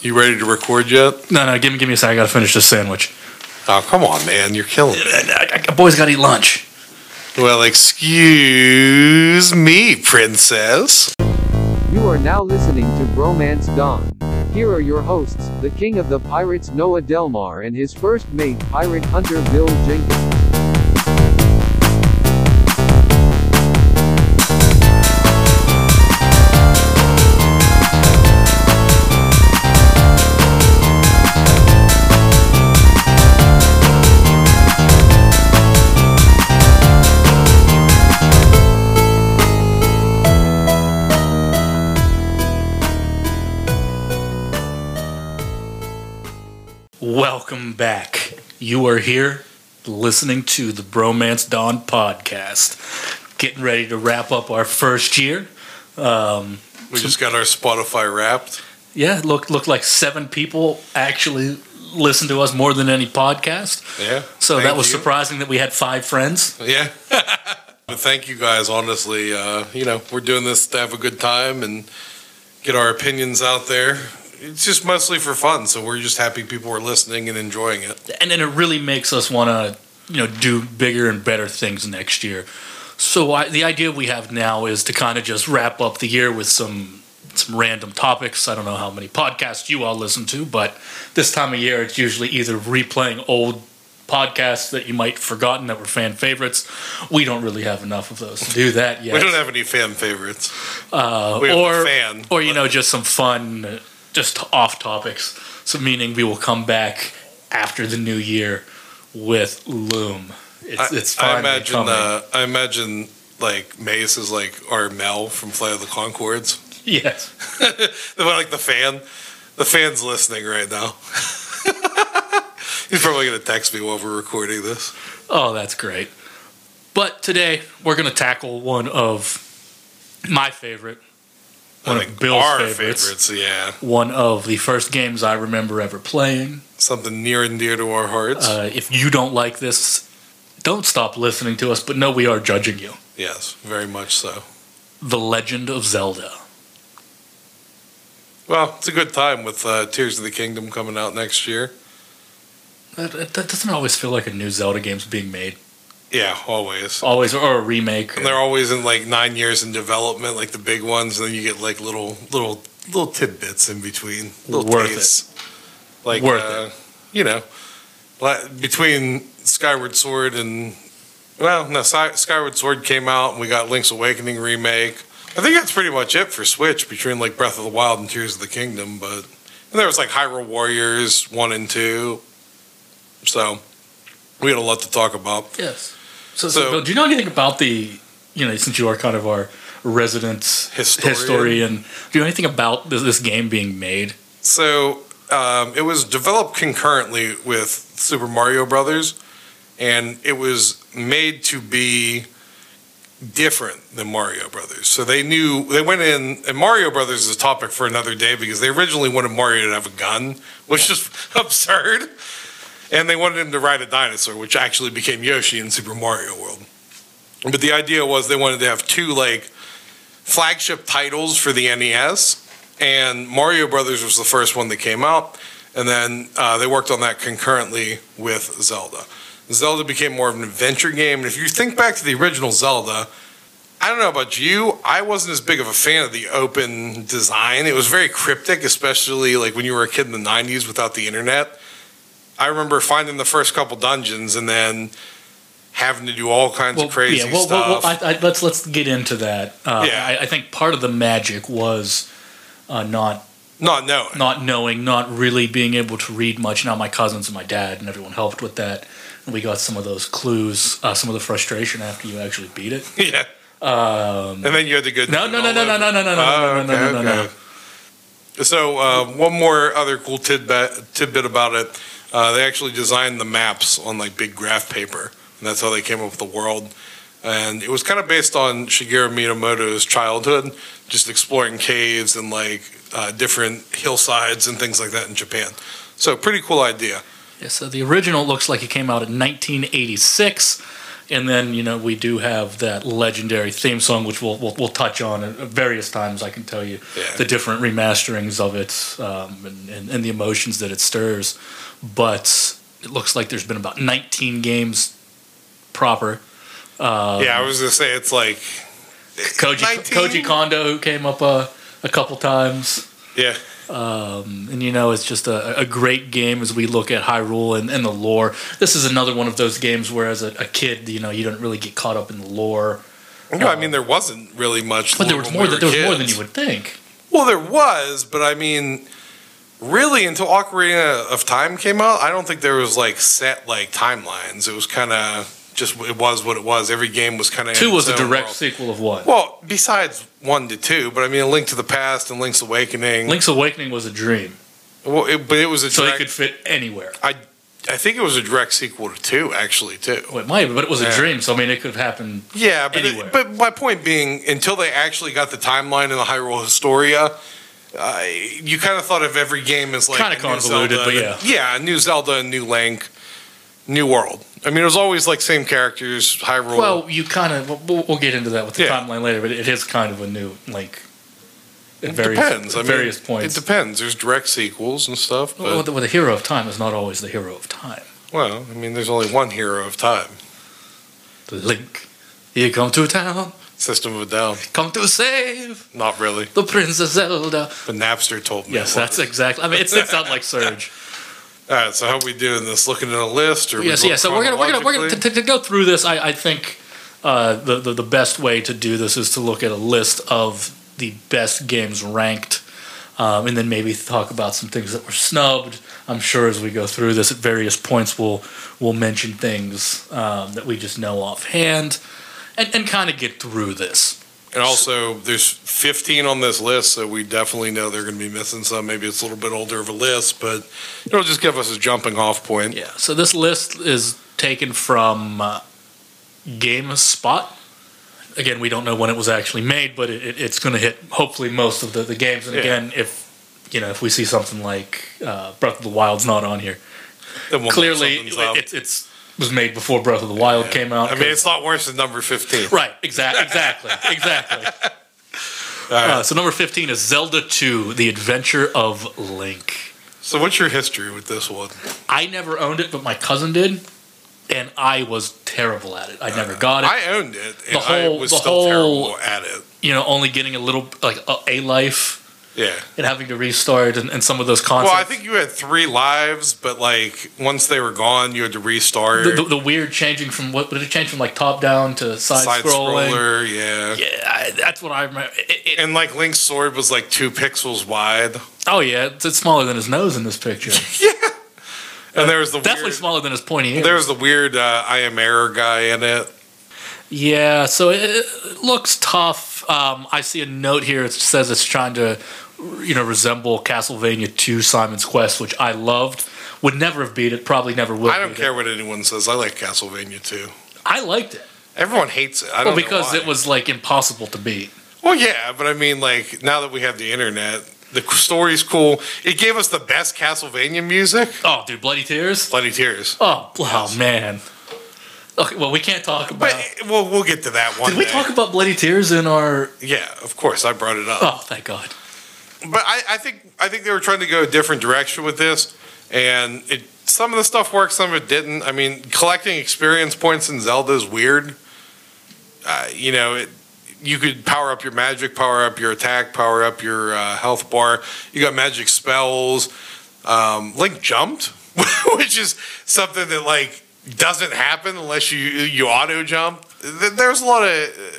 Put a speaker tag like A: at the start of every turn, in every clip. A: You ready to record yet?
B: No, no, give me, give me a second. I gotta finish this sandwich.
A: Oh, come on, man. You're killing me.
B: I, I, boys gotta eat lunch.
A: Well, excuse me, princess.
C: You are now listening to Bromance Dawn. Here are your hosts, the king of the pirates Noah Delmar and his first mate, pirate hunter Bill Jenkins.
B: Welcome back. You are here listening to the Bromance Dawn podcast. Getting ready to wrap up our first year. Um,
A: We just got our Spotify wrapped.
B: yeah, it looked, looked like seven people actually listened to us more than any podcast.
A: Yeah.
B: So
A: Thank
B: that was
A: you.
B: surprising that we had five friends.
A: Yeah. but thank you guys, honestly. Uh, you know, we're doing this to have a good time and get our opinions out there. It's just mostly for fun, so we're just happy people are listening and enjoying it.
B: and then it really makes us want to you know do bigger and better things next year so I, the idea we have now is to kind of just wrap up the year with some some random topics i don't know how many podcasts you all listen to but this time of year it's usually either replaying old podcasts that you might forgotten that were fan favorites we don't really have enough of those to do that yet
A: We don't have any fan favorites.
B: uh,
A: We have a
B: or
A: fan,
B: or you
A: but-
B: know just some fun, uh, just off topics. So meaning we will come back after the new year with Loom. It's, it's finally
A: imagine,
B: coming.
A: Uh, I imagine like Mace is like our Mel from Flight of the Concords.
B: yes,
A: The one, like the fan, the fan's listening right now. He's probably gonna text me while we're recording this.
B: oh that's great. But today we're gonna tackle one of my favorite, one
A: Like,
B: of Bill's
A: our
B: favorites,
A: favorites, yeah.
B: one of the first games I remember ever playing.
A: Something near and dear to our hearts.
B: Uh, if you don't like this, don't stop listening to us. But no, we are judging you.
A: yes, very much so.
B: The Legend of Zelda.
A: Well, it's a good time with uh, Tears of the Kingdom coming out next year.
B: That, that that doesn't always feel like a new Zelda game's being made.
A: Yeah, always.
B: Always or a remake.
A: And they're always in like nine years in development, like the big ones, and then you get like little little little tidbits in between. Little
B: Worth it.
A: tastes. Like
B: Worth
A: uh, you know. la- Between Skyward Sword and well, no, Sky- Skyward Sword came out and we got Link's Awakening remake. I think that's pretty much it for Switch between like Breath of the Wild and Tears of the Kingdom, but and there was like Hyrule Warriors one and two. So we had a lot to talk about.
B: Yes. So, so,
A: So-
B: Bill, do you know anything about the you know since you are kind of our resident
A: Historian.
B: historian, do you know anything about this, this game being made?
A: So um, it was developed concurrently with Super Mario Brothers, and it was made to be different than Mario Brothers. So they knew they went in, and Mario Brothers is a topic for another day because they originally wanted Mario to have a gun, which is absurd, and they wanted him to ride a dinosaur, which actually became Yoshi in Super Mario World. But the idea was they wanted to have two like flagship titles for the NES and Mario Brothers was the first one that came out, and then uh, they worked on that concurrently with Zelda. Zelda became more of an adventure game, and if you think back to the original Zelda, I don't know about you, I wasn't as big of a fan of the open design. It was very cryptic, especially like when you were a kid in the '90s without the internet. I remember finding the first couple dungeons and then having to do all kinds of crazy
B: well,
A: stuff.
B: Well, well, I, I, let's let's get into that. Uh,
A: Yeah.
B: I, I think part of the magic was uh, not
A: Not knowing.
B: not knowing, not really being able to read much. Now my cousins and my dad and everyone helped with that. And we got some of those clues, uh, some of the frustration after you actually beat it.
A: yeah.
B: Um,
A: And then you had to go.
B: No,
A: do
B: no,
A: it
B: no,
A: all
B: no, no,
A: over.
B: no, no, no, no,
A: Oh,
B: no, no,
A: okay,
B: no, no, no.
A: okay. So uh, one more other cool tidbit tidbit about it. Uh, they actually designed the maps on like big graph paper, and that's how they came up with the world. And it was kind of based on Shigeru Miyamoto's childhood, just exploring caves and like uh, different hillsides and things like that in Japan. So pretty cool idea.
B: Yeah, so the original looks like it came out in 1986. And then you know we do have that legendary theme song, which we'll we'll, we'll touch on at various times. I can tell you
A: Yeah.
B: the different remasterings of it um, and, and and the emotions that it stirs. But it looks like there's been about 19 games proper. Uh,
A: yeah, I was gonna say it's like
B: Koji
A: 19?
B: Koji Kondo who came up a a couple times.
A: yeah,
B: Um, and you know, it's just a, a great game as we look at Hyrule and, and the lore. This is another one of those games where, as a, a kid, you know, you don't really get caught up in the lore.
A: no, I mean there wasn't really much.
B: Uh-huh. But there
A: when
B: was
A: we
B: more. Than,
A: were
B: there was more than
A: kids.
B: you would think.
A: Well, there was, but I mean, really, until Ocarina of Time came out, I don't think there was like set like timelines. It was kind of just it was what it was. Every game was kind of
B: Two was a direct sequel of one.
A: Well, besides one to two, but I mean, A Link to the Past and Link's Awakening.
B: Link's Awakening was a dream,
A: well, it, but it was a
B: so it
A: direct.
B: could fit anywhere.
A: I think it was a direct sequel to two, actually, too.
B: Well, it might, have, but it was a
A: Yeah.
B: dream. So I mean, it could have happened.
A: Yeah, but
B: Anywhere.
A: but my point being, until they actually got the timeline in the Hyrule Historia, uh, you kind of thought of every game as like
B: Kinda
A: a new
B: convoluted,
A: Zelda,
B: but yeah.
A: yeah, a new Zelda, a new Link, new world. I mean, it was always like same characters, Hyrule.
B: Well, you kind of. We'll, we'll get into that with the
A: Yeah.
B: timeline later, but it is kind of a new like. At
A: it
B: various,
A: depends.
B: At
A: I mean,
B: various points.
A: it depends. There's direct sequels and stuff, but
B: well, the, well, the hero of time is not always the hero of time.
A: well, I mean, there's only one hero of time.
B: The Link. You come to town,
A: System of a Down,
B: come to save
A: not really,
B: the Princess Zelda.
A: but Napster told me.
B: Yes,
A: it
B: that's
A: was.
B: exactly. I mean, it sounds like Surge.
A: All right, so how are we doing this? Looking at a list, or we
B: yes,
A: go
B: yes. So we're gonna we're gonna we're gonna to,
A: chronologically?
B: to, to go through this. I, I think uh, the, the the best way to do this is to look at a list of the best games ranked, um, and then maybe talk about some things that were snubbed. I'm sure as we go through this at various points, we'll we'll mention things um, that we just know offhand, and and kind of get through this.
A: And also, there's 15 on this list, so we definitely know they're going to be missing some. Maybe it's a little bit older of a list, but it'll just give us a jumping off point.
B: Yeah. So this list is taken from uh, GameSpot. Again, we don't know when it was actually made, but it, it, it's going to hit hopefully most of the, the games. And
A: Yeah.
B: again, if you know if we see something like uh, Breath of the Wild's not on here,
A: Then we'll know
B: clearly
A: something's up.
B: it, it's it's was made before Breath of the Wild came out.
A: I mean, it's not worse than number 15.
B: right. Exactly. Exactly. exactly.
A: right.
B: Uh, so number fifteen is Zelda Two: The Adventure of Link.
A: So, what's your history with this one?
B: I never owned it, but my cousin did, and I was terrible at it. I never got it.
A: I owned it, and
B: the whole-
A: I was
B: the
A: still
B: whole-
A: terrible at it.
B: you know, only getting a little like a, a life
A: Yeah.
B: and having to restart and, and some of those concepts.
A: Well, I think you had three lives, but like once they were gone, you had to restart.
B: the, the, the weird changing from what did it change from like top down to side,
A: Side
B: scrolling?
A: scroller, yeah.
B: Yeah, I, that's what I remember. It- it-
A: And like Link's sword was like two pixels wide.
B: oh yeah, it's, it's smaller than his nose in this picture.
A: And there was the
B: Definitely
A: weird,
B: smaller than his pointy ear.
A: there was the weird uh, I am error guy in it.
B: Yeah, so it, it looks tough. Um, I see a note here. It says it's trying to, you know, resemble Castlevania 2 Simon's Quest, which I loved. Would never have beat it. Probably never will.
A: I don't
B: beat
A: care
B: It.
A: what anyone says. I like Castlevania too.
B: I liked it.
A: Everyone hates it. I don't
B: Well, because
A: know why.
B: it was like impossible to beat.
A: Well, yeah, but I mean, like now that we have the internet, the story's cool. It gave us the best Castlevania music.
B: Oh, dude, Bloody Tears?
A: Bloody tears.
B: Oh, oh man. Okay, well, we can't talk about.
A: But eh, we'll we'll get to that one.
B: Did we
A: day.
B: talk about Bloody Tears in our.
A: Yeah, of course. I brought it up.
B: Oh, thank God.
A: But I, I think I think they were trying to go a different direction with this, and it some of the stuff worked, some of it didn't. I mean, collecting experience points in Zelda is weird. Uh, you know, it, you could power up your magic, power up your attack, power up your uh, health bar. You got magic spells. Um, Link jumped, which is something that like doesn't happen unless you you auto jump. Th- There's a lot of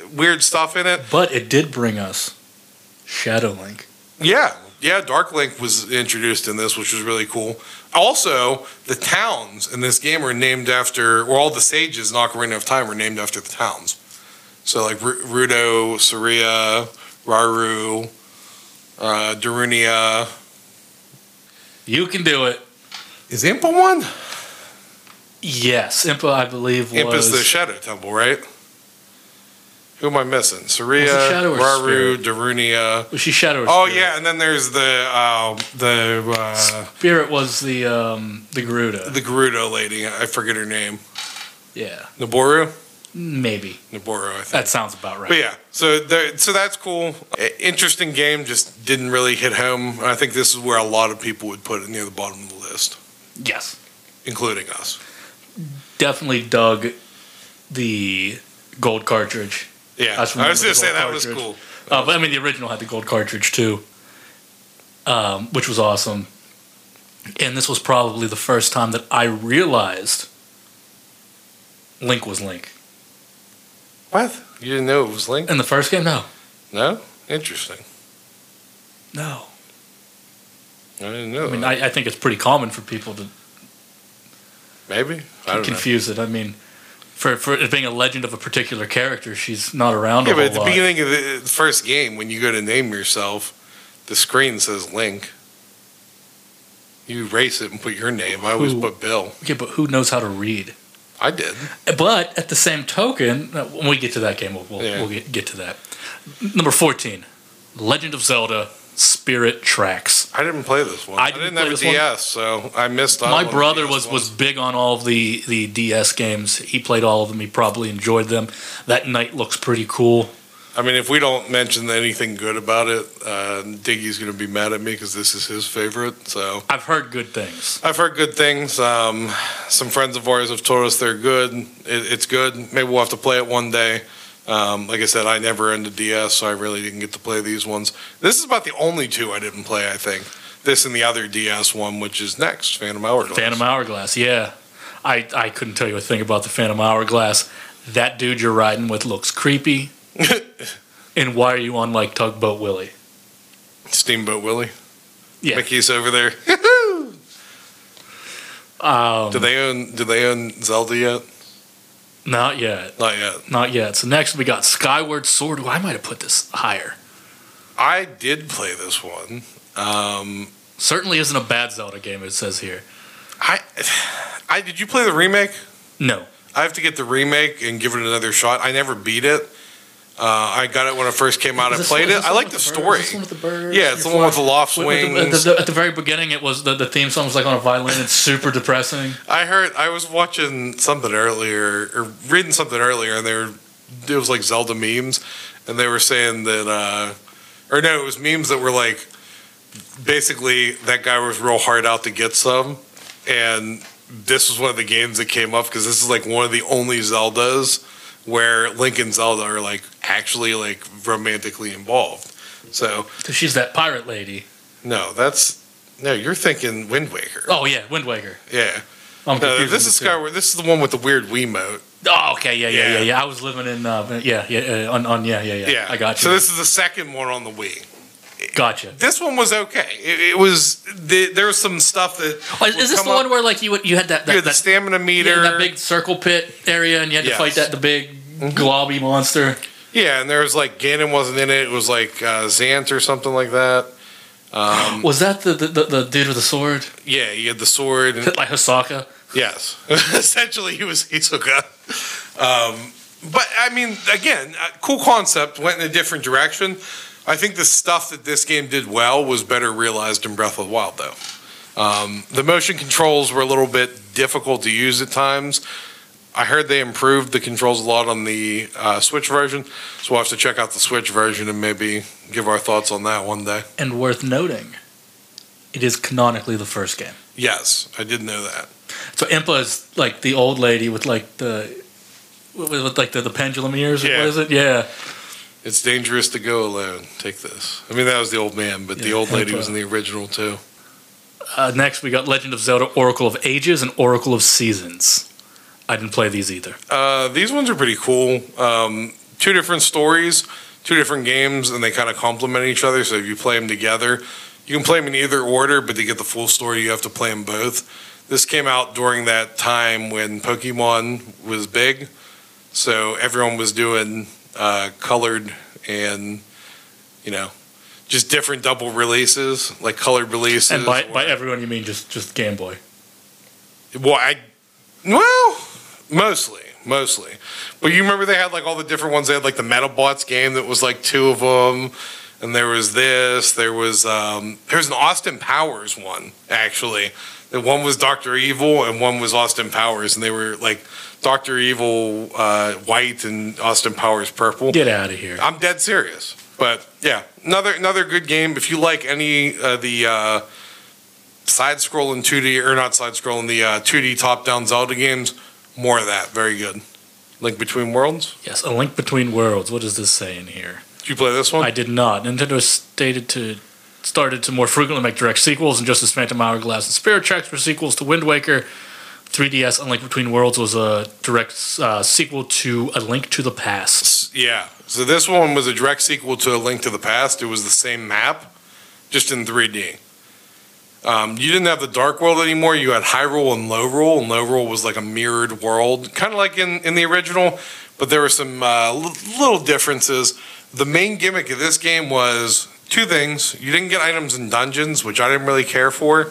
A: uh, weird stuff in it.
B: But it did bring us Shadow Link.
A: Yeah, yeah. Dark Link was introduced in this, which was really cool. Also, the towns in this game are named after, or all the sages in Ocarina of Time are named after the towns. So, like Ru- Rudo, Saria, Raru, uh, Darunia.
B: You can do it.
A: Is Impa one?
B: Yes. Impa, I believe, was.
A: Impa's the Shadow Temple, right? Who am I missing? Saria,
B: Was it Shadow or
A: Raru, Darunia.
B: was she Shadow or
A: Oh
B: Spirit?
A: yeah, and then there's the um the uh,
B: Spirit was the um, the Garuda.
A: the Gerudo lady. I forget her name.
B: yeah.
A: Noboru.
B: Maybe
A: Naboro, I think.
B: that sounds about right.
A: Uh, But yeah, so there, so that's cool. I- Interesting game, just didn't really hit home. I think this is where a lot of people would put it near the bottom of the list,
B: Yes,
A: including us.
B: definitely dug the gold cartridge.
A: Yeah,
B: That's
A: I was
B: one
A: going
B: of
A: to
B: the
A: say
B: gold
A: that was
B: cartridge.
A: cool.
B: Uh, but I mean, the original had the gold cartridge too, um, which was awesome. And this was probably the first time that I realized Link was Link.
A: What? You didn't know it was linked?
B: In the first game, no,
A: No? Interesting.
B: no.
A: I didn't know.
B: I mean,
A: that.
B: I, I think it's pretty common for people to
A: Maybe. I don't know.
B: confuse it. I mean, for for it being a legend of a particular character, she's not around
A: Yeah,
B: a whole
A: but at the
B: lot.
A: beginning of the the first game, when you go to name yourself, the screen says Link. You erase it and put your name. I always
B: Who?
A: put Bill.
B: yeah, but who knows how to read?
A: I did.
B: But at the same token, uh, when we get to that game, we'll, we'll,
A: Yeah.
B: we'll get, get to that. Number 14, Legend of Zelda Spirit Tracks.
A: I didn't play this one.
B: I
A: I
B: didn't
A: didn't,
B: play
A: have a
B: this one.
A: DS, so I missed. out on
B: My
A: the
B: brother
A: DS
B: was,
A: ones.
B: was big on all of the, the DS games. He played all of them. He probably enjoyed them. That night looks pretty cool.
A: I mean, if we don't mention anything good about it, uh, Diggy's going to be mad at me because this is his favorite. So
B: I've heard good things.
A: I've heard good things. Um, some friends of ours have told us they're good. It, it's good. Maybe we'll have to play it one day. Um, like I said, I never owned a DS, so I really didn't get to play these ones. This is about the only two I didn't play. I think this and the other DS one, which is next, Phantom Hourglass.
B: Phantom Hourglass, yeah. I, I couldn't tell you a thing about the Phantom Hourglass. That dude you're riding with looks creepy. and why are you on like Tugboat Willie?
A: Steamboat Willie.
B: Yeah.
A: Mickey's over there.
B: Um,
A: Do they own? Do they own Zelda yet?
B: not yet.
A: Not yet.
B: Not yet. So next we got Skyward Sword. Ooh, I might have put this higher.
A: I did play this one. Um,
B: Certainly isn't a bad Zelda game. It says here.
A: I, I did you play the remake?
B: No.
A: I have to get the remake and give it another shot. I never beat it. Uh, I got it when it first came out. I
B: Is this
A: played
B: one- is
A: it.
B: this
A: I
B: one
A: like
B: with
A: the
B: bird-
A: story.
B: is this one with the birds
A: Yeah, it's the
B: and
A: one with the
B: fly-
A: loft
B: Wait, wait, At the,
A: wings.
B: at the- at the very beginning, it was the, the theme song was like on a violin. It's super depressing.
A: I heard I was watching something earlier or reading something earlier, and they were it was like Zelda memes, and they were saying that, uh, or no, it was memes that were like basically that guy was real hard out to get some, and this was one of the games that came up because this is like one of the only Zeldas where Link and Zelda are like actually like romantically involved. So
B: So she's that pirate lady.
A: no, that's no, you're thinking Wind Waker,
B: Oh yeah, Wind Waker.
A: yeah.
B: I'm
A: No,
B: confusing
A: Uh, this
B: the
A: is
B: two.
A: Skyward. This is the one with the weird Wiimote.
B: Oh okay, yeah, yeah,
A: Yeah.
B: yeah, yeah. I was living in uh, yeah, yeah, uh, on, on yeah, yeah, yeah,
A: Yeah,
B: I got you.
A: So this is the second one on the Wii.
B: gotcha.
A: This one was okay. It, it was the, there was some stuff that
B: Oh, is-
A: would
B: is this
A: come
B: the
A: up.
B: one where like you would- you had that
A: you
B: that,
A: had the
B: that,
A: stamina meter?
B: yeah,
A: Yeah,
B: that big circle pit area, and you had to
A: Yes.
B: fight that the big globby monster?
A: and there was like Ganon wasn't in it. It was like uh, Xant or something like that. Um,
B: Mm-hmm. Was that the, the, the, the dude with the sword?
A: yeah, you had the sword. And,
B: like Hosaka?
A: yes, essentially he was Hisoka. Um, but I mean, again, uh, cool concept. Went in a different direction. I think the stuff that this game did well was better realized in Breath of the Wild, though. Um, the motion controls were a little bit difficult to use at times. I heard they improved the controls a lot on the uh, Switch version, so we'll have to check out the Switch version and maybe give our thoughts on that one day.
B: And worth noting, it is canonically the first game.
A: Yes, I did know that.
B: So Impa is like the old lady with like the with, with like the, the pendulum ears.
A: Yeah.
B: What is it? Yeah.
A: It's dangerous to go alone. Take this. I mean, that was the old man, but the
B: Yeah,
A: old lady
B: Impa.
A: was in the original too.
B: Uh, next, we got Legend of Zelda: Oracle of Ages and Oracle of Seasons. I didn't play these either.
A: Uh, these ones are pretty cool. Um, two different stories, two different games, and they kind of complement each other. So if you play them together, you can play them in either order, but to get the full story, you have to play them both. This came out during that time when Pokemon was big, so everyone was doing uh, colored and you know just different double releases, like colored releases.
B: And by,
A: or-
B: by everyone, you mean just just Game Boy.
A: well, I, well, mostly, mostly. But you remember they had like all the different ones. They had like the Metal Bots game that was like two of them. and there was this. There was um, there was an Austin Powers one actually. The one was Doctor Evil and one was Austin Powers, and they were like Doctor Evil uh, white and Austin Powers purple.
B: Get out of here.
A: I'm dead serious. But yeah, another another good game. If you like any uh, the uh, side scrolling 2D or not side scrolling the uh, 2D top down Zelda games, more of that. Very good. Link Between Worlds.
B: Yes, a link between worlds. What does this say in here?
A: Did you play this one?
B: I did not. Nintendo stated to started to more frequently make direct sequels, and just as Phantom Hourglass and Spirit Tracks were sequels to Wind Waker, 3DS A Link Between Worlds was a direct uh, sequel to A Link to the Past.
A: yeah. So this one was a direct sequel to A Link to the Past. It was the same map, just in 3D. Um, you didn't have the Dark World anymore. You had Hyrule and Lowrule, and Lowrule was like a mirrored world, kind of like in, in the original, but there were some uh, l- little differences. The main gimmick of this game was two things. You didn't get items in dungeons, which I didn't really care for.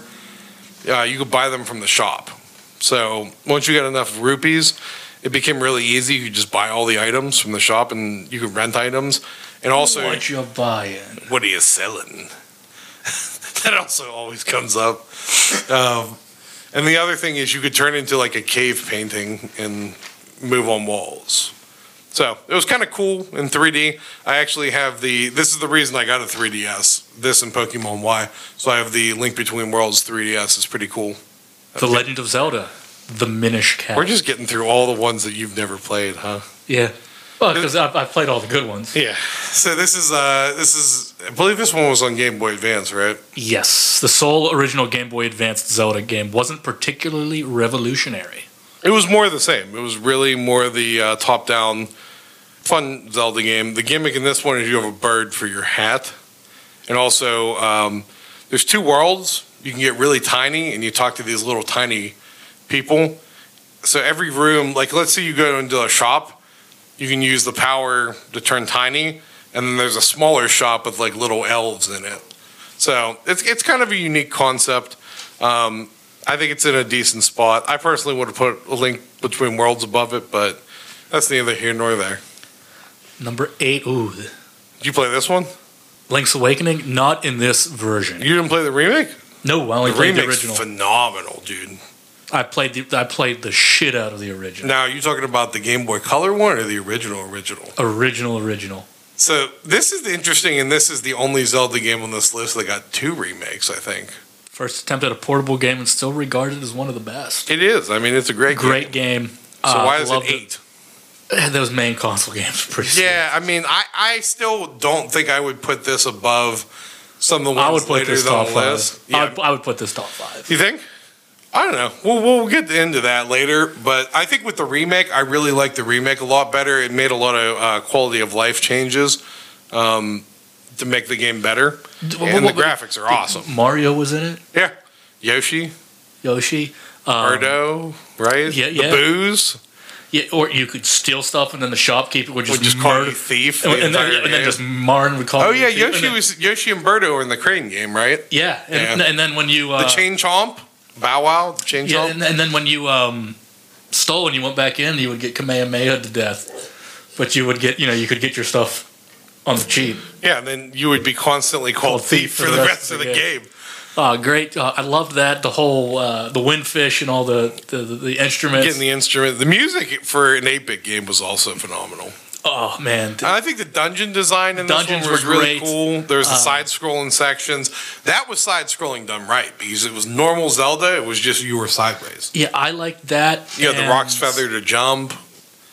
A: Uh, you could buy them from the shop. So once you got enough rupees, it became really easy. You could just buy all the items from the shop, and you could rent items. And also,
B: Why'd you buy it?
A: what are you selling? that also always comes up. Um, and the other thing is you could turn into like a cave painting and move on walls. So it was kind of cool in 3D. I actually have the, this is the reason I got a 3DS, this and Pokemon Y. So I have the Link Between Worlds 3DS. It's pretty cool.
B: The Legend of Zelda, The Minish Cat.
A: We're just getting through all the ones that you've never played, huh?
B: yeah. Well, because I've, I've played all the good ones.
A: Yeah. So this is, uh, this is, I believe this one was on Game Boy Advance, right?
B: Yes, the sole original Game Boy Advanced Zelda game wasn't particularly revolutionary.
A: It was more of the same. It was really more the uh, top-down, fun Zelda game. The gimmick in this one is you have a bird for your hat, and also um, there's two worlds. You can get really tiny, and you talk to these little tiny people. So every room, like let's say you go into a shop, you can use the power to turn tiny, and then there's a smaller shop with like little elves in it. So it's it's kind of a unique concept. Um, I think it's in a decent spot. I personally would have put a link between worlds above it, but that's neither here nor there.
B: Number eight, ooh,
A: Did you play this one?
B: Link's Awakening, not in this version.
A: You didn't play the remake?
B: No, I only
A: The
B: played the
A: remake's
B: original.
A: phenomenal, dude.
B: I played the I played the shit out of the original.
A: Now, you talking about the Game Boy Color one or the original original?
B: Original, original.
A: So this is interesting, and this is the only Zelda game on this list that got two remakes. I think
B: First attempt at a portable game and still regarded as one of the best.
A: it is. I mean, it's a great,
B: Great
A: Game.
B: game.
A: So
B: Uh,
A: why is it
B: loved
A: eight?
B: Those main console games, are pretty.
A: Yeah, I mean, I, I still don't think I would put this above some of the
B: sweet. I
A: ones
B: would put
A: later
B: this
A: on
B: top
A: the
B: five.
A: list. Yeah,
B: I, would, I would put this top five.
A: You think? I don't know. We'll, we'll get into that later. But I think with the remake, I really like the remake a lot better. It made a lot of uh, quality of life changes um, to make the game better.
B: D- what-
A: And the
B: what- what-
A: graphics are awesome.
B: Mario was in it.
A: Yeah. Yoshi,
B: Yoshi. Um,
A: Birdo, right?
B: yeah,
A: The
B: yeah.
A: booze.
B: yeah, or you could steal stuff and then the shopkeeper would
A: We
B: just,
A: just call
B: murder.
A: you thief.
B: and,
A: the
B: and then,
A: entire
B: and then
A: game.
B: just Marn would call.
A: oh
B: you
A: yeah,
B: a thief, and
A: Yoshi
B: then-
A: was Yoshi and Birdo were in the crane game, right?
B: Yeah, and,
A: Yeah.
B: and then when you uh,
A: the chain chomp, Bow Wow, the chain
B: yeah,
A: chomp.
B: and, and then when you um, stole and you went back in, you would get Kamehameha to death, but you would get you know you could get your stuff on the cheap.
A: yeah, and then you would be constantly called thief for the rest of the game.
B: Uh, great, uh, I loved that the whole uh, the windfish and all the the, the, the instruments.
A: getting the instrument. The music for an 8 bit game was also phenomenal.
B: oh man, th-
A: And I think the dungeon design in
B: Dungeons
A: this one was
B: were
A: really
B: great.
A: cool. There's the
B: Um,
A: side scrolling sections. That was side scrolling done right because it was normal Zelda, it was just you were sideways.
B: yeah, I liked that.
A: You had the
B: and-
A: rock's feather to jump.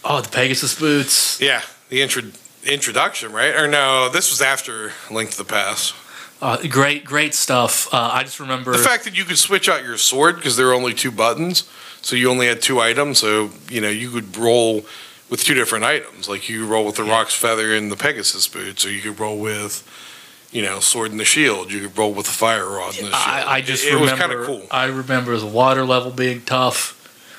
B: Oh, the Pegasus boots.
A: Yeah, the intro. Introduction, right? Or no, this was after Link to the Past.
B: Uh, great, great stuff. Uh, I just remember.
A: The fact that you could switch out your sword because there were only two buttons, so you only had two items, so you know you could roll with two different items. Like you could roll with the rock's feather and the Pegasus boots, or you could roll with you know sword and the shield. You could roll with the fire rod and the shield.
B: I, I just
A: it, it was
B: remember.
A: kind of cool.
B: I remember the water level being tough.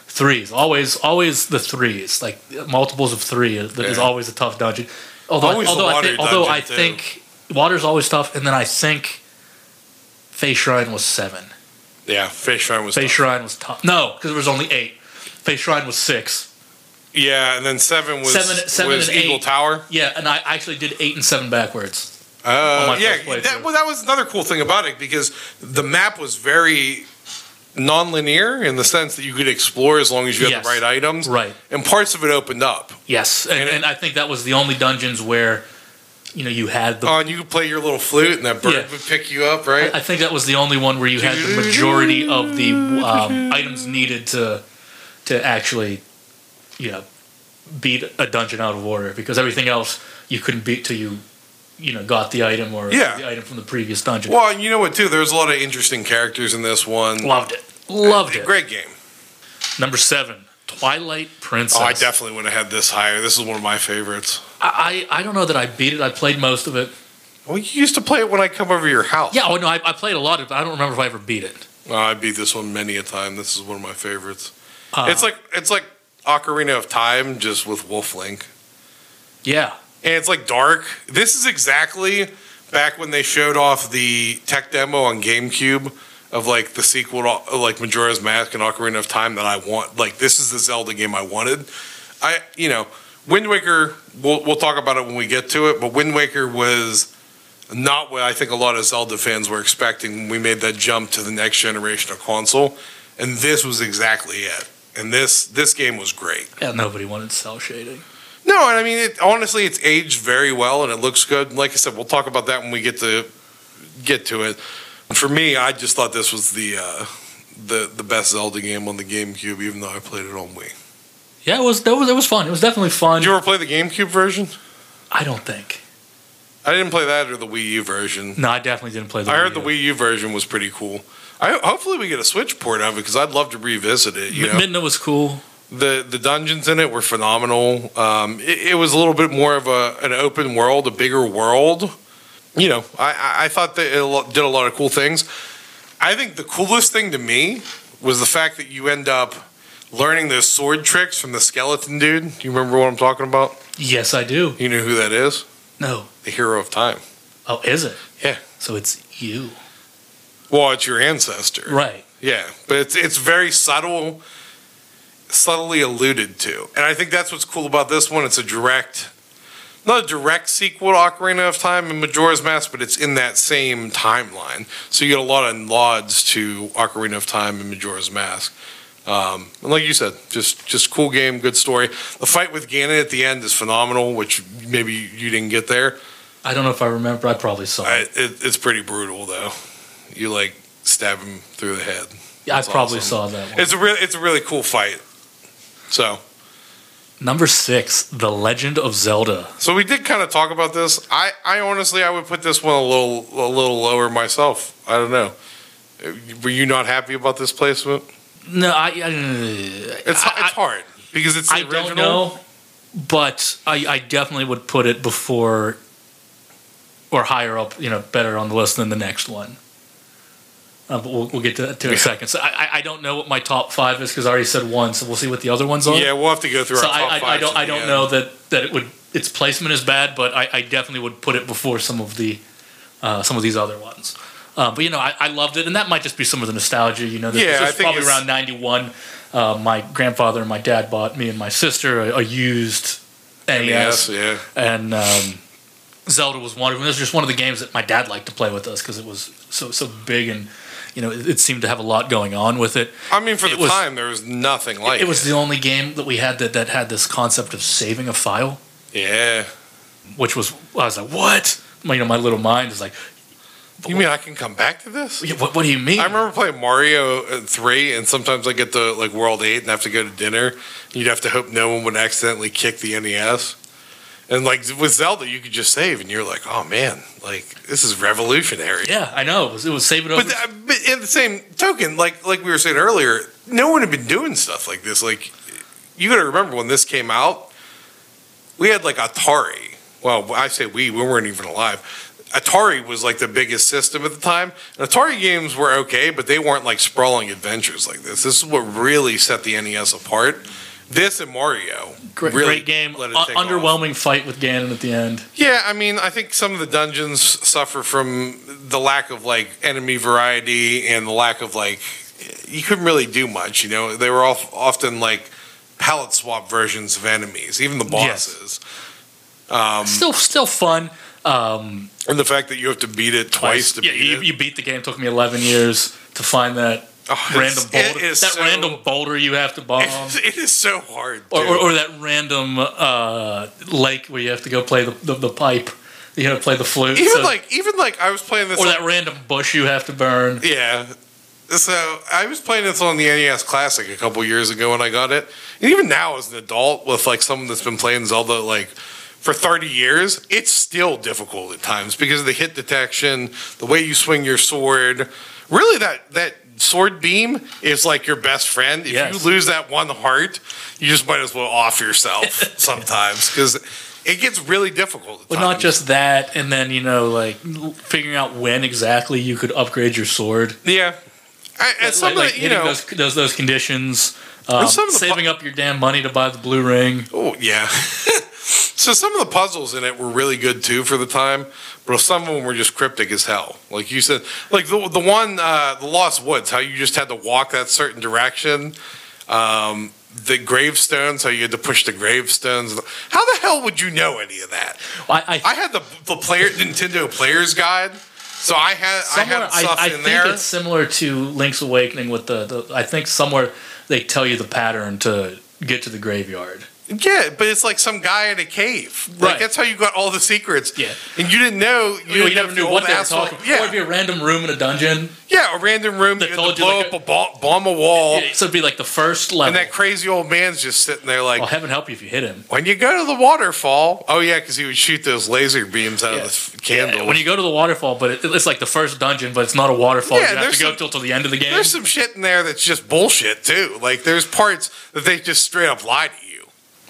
B: Threes, always, always the threes, like multiples of three is, is
A: Yeah.
B: always a tough dungeon. Although,
A: Always the
B: although I
A: water
B: think, although
A: dungeon,
B: I
A: too.
B: think water's always tough, and then I think Face Shrine was seven.
A: Yeah, Face Shrine was.
B: Face
A: tough.
B: Shrine was tough. No, because there was only eight. Face Shrine was six.
A: Yeah, and then seven was
B: Seven- seven
A: was
B: and
A: Eagle
B: eight.
A: Tower.
B: Yeah, and I actually did eight and seven backwards.
A: Uh,
B: my
A: yeah,
B: first playthrough.
A: that, well, that was another cool thing about it because the map was very non-linear in the sense that you could explore as long as you had
B: Yes.
A: the right items.
B: Right.
A: And parts of it opened up.
B: Yes, and,
A: And it-
B: and I think that was the only dungeons where, you know, you had the.
A: Oh, and you could play your little flute, and that bird
B: Yeah.
A: would pick you up, right?
B: I think that was the only one where you had the majority of the um, items needed to to actually, you know, beat a dungeon out of order because everything else you couldn't beat till you, you know, got the item or
A: Yeah.
B: the item from the previous dungeon.
A: well, and you know what, too? There's a lot of interesting characters in this one.
B: Loved it. Loved it.
A: Great game.
B: Number seven, Twilight Princess.
A: Oh, I definitely would have had this higher. This is one of my favorites.
B: I, I I don't know that I beat it. I played most of it.
A: Well, you used to play it when I come over your house.
B: Yeah, oh no, I, I played a lot of it. But I don't remember if I ever beat it.
A: Oh, I beat this one many a time. This is one of my favorites.
B: Uh,
A: it's like it's like Ocarina of Time, just with Wolf Link.
B: yeah,
A: and it's like dark. This is exactly back when they showed off the tech demo on GameCube of like the sequel to like Majora's Mask and Ocarina of Time that I want. Like this is the Zelda game I wanted. I you know Wind Waker. We'll we'll talk about it when we get to it. But Wind Waker was not what I think a lot of Zelda fans were expecting when we made that jump to the next generation of console. And this was exactly it. And this this game was great.
B: yeah. Nobody wanted cell shading.
A: No, and I mean, it, honestly, it's aged very well and it looks good. Like I said, we'll talk about that when we get to get to it. For me, I just thought this was the uh, the the best Zelda game on the GameCube, even though I played it on Wii.
B: Yeah, it was that was it was fun. It was definitely fun.
A: Did you ever play the GameCube version?
B: I don't think.
A: I didn't play that or the Wii U version.
B: No, I definitely didn't play the.
A: I heard the
B: U.
A: Wii U version was pretty cool. I, hopefully, we get a Switch port of it because I'd love to revisit it. You
B: Mi-
A: know,
B: Midna was cool.
A: the the dungeons in it were phenomenal. Um, it, it was a little bit more of a an open world, a bigger world. You know, I- I I thought that it lo- did a lot of cool things. I think the coolest thing to me was the fact that you end up learning those sword tricks from the skeleton dude. Do you remember what I'm talking about?
B: Yes, I do.
A: You know who that is?
B: No.
A: The hero of time.
B: Oh, is it?
A: Yeah.
B: So it's you.
A: Well, it's your ancestor.
B: Right.
A: Yeah, but it's it's very subtle, subtly alluded to, and I think that's what's cool about this one. It's a direct, not a direct sequel to Ocarina of Time and Majora's Mask, but it's in that same timeline. So you get a lot of nods to Ocarina of Time and Majora's Mask. Um, and like you said, just just cool game, good story. The fight with Ganon at the end is phenomenal, which maybe you didn't get there.
B: I don't know if I remember. I probably saw it.
A: I, it it's pretty brutal though. You like stab him through the head.
B: Yeah, I
A: that's
B: probably
A: awesome.
B: saw that one.
A: It's a real, it's a really cool fight. So,
B: Number six, The Legend of Zelda.
A: so we did kind of talk about this. I, I honestly, I would put this one a little, a little lower myself. I don't know. Uh, Were you not happy about this placement?
B: No, I. I
A: It's,
B: I,
A: it's hard because it's the
B: I
A: original.
B: don't know, but I, I definitely would put it before or higher up, you know, better on the list than the next one. Uh, but we'll, we'll get to that in a second. So I, I- I don't know what my top five is because I already said one. So we'll see what the other ones are.
A: Yeah, we'll have to go through
B: So
A: our top
B: I, I, I
A: fives
B: don't
A: at
B: I
A: the
B: don't
A: end.
B: know that that it would its placement is bad, but I, I definitely would put it before some of the uh, some of these other ones. Uh, but you know, I, I loved it, and that might just be some of the nostalgia. You know, this,
A: Yeah,
B: this
A: I
B: was
A: think
B: probably
A: it's-
B: around '91. Uh, my grandfather and my dad bought me and my sister a, a used NES,
A: Yes, yeah.
B: and um, Zelda was one of them. It was just one of the games that my dad liked to play with us because it was so so big, and you know, it, it seemed to have a lot going on with it.
A: I mean, for
B: It
A: the
B: was-
A: time, there was nothing like
B: it was the only game that we had that, that had this concept of saving a file.
A: yeah.
B: which was I was like, what? My, you know, my little mind is like,
A: You mean I can come back to this?
B: "Yeah, what, what do you mean?
A: I remember playing Mario uh, three, and sometimes I get to like World eight and have to go to dinner. You'd have to hope no one would accidentally kick the NES. And like with Zelda, you could just save, and you're like, oh man, like this is revolutionary.
B: yeah, I know. It was, it was saving over.
A: But, uh, but in the same token, like like we were saying earlier, no one had been doing stuff like this. Like you got to remember when this came out, we had like Atari. Well, I say we we weren't even alive. Atari was like the biggest system at the time. And Atari games were okay, but they weren't like sprawling adventures like this. This is what really set the NES apart. This and Mario,
B: great,
A: really
B: great game.
A: let it
B: Un-
A: take off. Mm.
B: underwhelming fight with Ganon at the end.
A: Yeah, I mean, I think some of the dungeons suffer from the lack of like enemy variety and the lack of like you couldn't really do much. You know, they were all often like palette swap versions of enemies, even the
B: Yes.
A: bosses. Um,
B: Still, still fun. Um,
A: And the fact that you have to beat it twice to
B: yeah,
A: beat
B: you,
A: it.
B: you beat the game. Took me 11 years to find that
A: Oh,
B: random
A: it's- it
B: boulder. That
A: is so-
B: random boulder you have to bomb.
A: it is so hard.
B: or,
A: dude.
B: or, or that random uh, lake where you have to go play the, the, the pipe. You have to play the flute.
A: even
B: so-
A: like even like I was playing this
B: or that random bush you have to burn.
A: Yeah. So I was playing this on the NES Classic a couple years ago when I got it, and even now as an adult with like someone that's been playing Zelda like for 30 years, it's still difficult at times because of the hit detection, the way you swing your sword. Really, that that sword beam is like your best friend. If
B: Yes.
A: you lose that one heart, you just might as well off yourself sometimes because it gets really difficult. at
B: But not
A: times.
B: just that, and then you know, like l- figuring out when exactly you could upgrade your sword.
A: yeah. I, and some
B: like, like
A: of the, you
B: hitting
A: know,
B: those, those those conditions. Um,
A: some of the
B: saving up your damn money to buy the blue ring.
A: Oh yeah. so some of the puzzles in it were really good too for the time, but some of them were just cryptic as hell. Like you said, like the the one uh, the Lost Woods, how you just had to walk that certain direction. Um, the gravestones, how you had to push the gravestones. How the hell would you know any of that?
B: I, I,
A: I had the the player Nintendo Player's Guide, so I had I
B: somewhere
A: had
B: I,
A: stuff
B: I
A: in
B: think
A: there.
B: it's similar to Link's Awakening with the, the. I think somewhere they tell you the pattern to get to the graveyard.
A: Yeah, but it's like some guy in a cave. Like
B: Right.
A: that's how you got all the secrets.
B: Yeah.
A: and you didn't know. You,
B: You,
A: didn't
B: know, you
A: know
B: never
A: if
B: knew
A: the
B: what
A: old
B: they were
A: asshole-
B: talking. about. Or
A: Yeah,
B: it'd be a random room in a dungeon.
A: Yeah, a random room.
B: That
A: You
B: told
A: had to
B: you,
A: blow
B: like,
A: up a ball, bomb a wall,
B: So it'd be like the first
A: and
B: level.
A: that crazy old man's just sitting there like,
B: well, heaven help you if you hit him.
A: when you go to the waterfall. Oh yeah, because he would shoot those laser beams out
B: Yeah.
A: of this candle.
B: Yeah, when you go to the waterfall, but it, it's like the first dungeon, but it's not a waterfall.
A: Yeah,
B: you have
A: there's
B: to go
A: some-
B: till till the end of the game.
A: there's some shit in there that's just bullshit too. Like there's parts that they just straight up lie to you.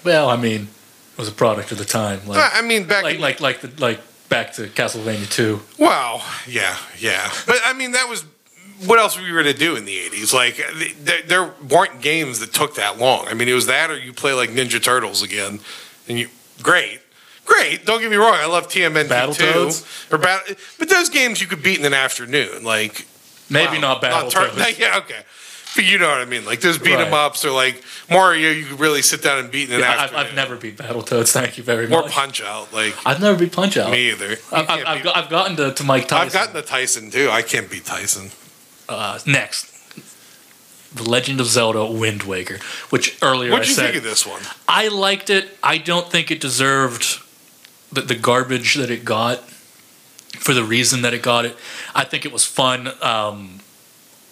B: Well, I mean, it was a product of the time, like
A: I mean, back
B: like like like the, like back to Castlevania two.
A: Wow. Yeah. Yeah. But I mean, that was what else were you going to do in the 80s? Like, th- there, there weren't games that took that long. I mean, it was that or you play like Ninja Turtles again, and you great. Great. Don't get me wrong. I love TMNT
B: Battletoads?
A: too. Or bat- but those games you could beat in an afternoon. Like
B: Maybe
A: wow,
B: not battle.
A: tur- yeah, okay. But you know what I mean. Like those beat 'em
B: Right.
A: ups or like Mario, you could really sit down and beat in an
B: I've,
A: afternoon.
B: I've never beat Battletoads. Thank you very
A: or
B: much.
A: Punch Out. Like
B: I've never beat Punch Out.
A: me either. You
B: I've,
A: can't
B: I've, I've,
A: beat-
B: got, I've gotten to, to Mike Tyson.
A: I've gotten to Tyson too. I can't beat Tyson.
B: uh, next. The Legend of Zelda: Wind Waker, which earlier
A: What'd
B: I
A: you
B: said
A: think of this one?
B: I liked it. I don't think it deserved the, the garbage that it got for the reason that it got it. I think it was fun. Um,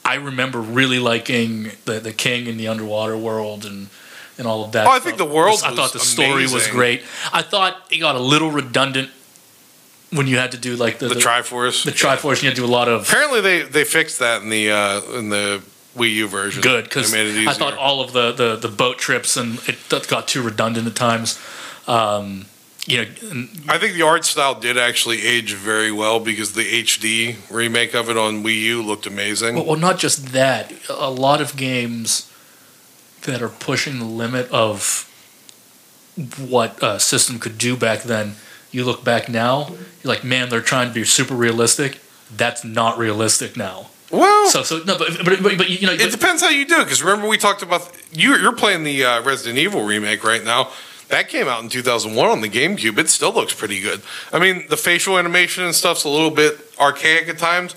B: I remember really liking the the King in the underwater world and and all of that.
A: Oh, I think the world
B: I
A: was
B: thought the story was
A: amazing.
B: great. I thought it got a little redundant when you had to do like the
A: The,
B: the,
A: Triforce.
B: the Triforce. And you had to do a lot of
A: Apparently, they they fixed that in the uh, in the Wii U version.
B: good
A: They
B: because
A: made it
B: I thought
A: easier.
B: all of the, the, the boat trips and it got too redundant at times. Um, you know, and
A: I think the art style did actually age very well because the HD remake of it on Wii U looked amazing.
B: Well, well, not just that. A lot of games that are pushing the limit of what a system could do back then. You look back now, you're like, man, they're trying to be super realistic. That's not realistic now.
A: Well,
B: So, so no, but but but, but you know,
A: it depends how you do it. Because remember, we talked about you. You're playing the uh, Resident Evil remake right now. That came out in 2001 on the GameCube. It still looks pretty good. I mean, the facial animation and stuff's a little bit archaic at times,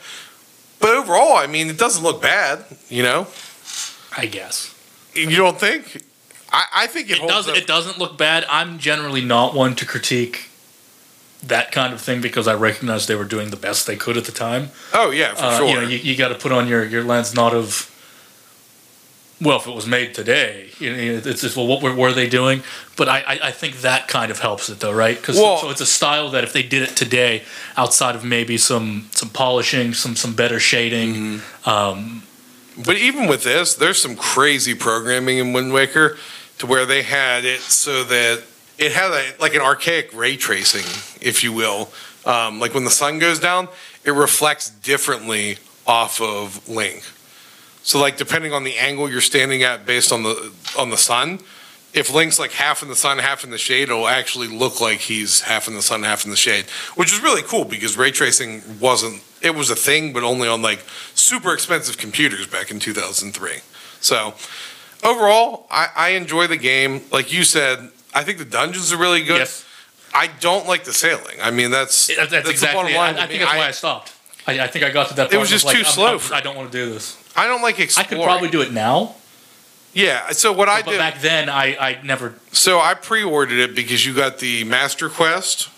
A: but overall, I mean, it doesn't look bad. You know.
B: I guess
A: You don't think? I, I think it,
B: it
A: holds
B: doesn't.
A: up.
B: It doesn't look bad. I'm generally not one to critique that kind of thing because I recognize they were doing the best they could at the time.
A: oh yeah, for
B: uh,
A: sure.
B: you know, you, got to put on your, your lens not of, well, if it was made today, you know, it's just, well, what were, were they doing? But I, I, I think that kind of helps it, though, right? Because
A: Well-
B: so it's a style that if they did it today, outside of maybe some some polishing, some some better shading,
A: Mm-hmm.
B: um,
A: but even with this, there's some crazy programming in Wind Waker to where they had it so that it had a, like an archaic ray tracing, if you will. Um, like when the sun goes down, it reflects differently off of Link. So like depending on the angle you're standing at based on the on the sun, if Link's like half in the sun, half in the shade, it'll actually look like he's half in the sun, half in the shade, which is really cool because ray tracing wasn't it was a thing, but only on like super expensive computers back in 2003. So overall, I, I enjoy the game. Like you said, I think the dungeons are really good.
B: yes,
A: I don't like the sailing. I mean, that's
B: It- That's,
A: the
B: exactly.
A: bottom
B: It.
A: line to
B: I, I
A: me.
B: think that's why I stopped. I, I think I got to that. Point
A: It was
B: of,
A: just
B: like,
A: too
B: I'm-
A: slow
B: I'm-
A: for-
B: I don't want to do this.
A: I don't like
B: I
A: exploring.
B: could probably do it now,
A: yeah. So what I
B: but
A: did,
B: back then I, I never.
A: so I pre-ordered it because you got the Master Quest.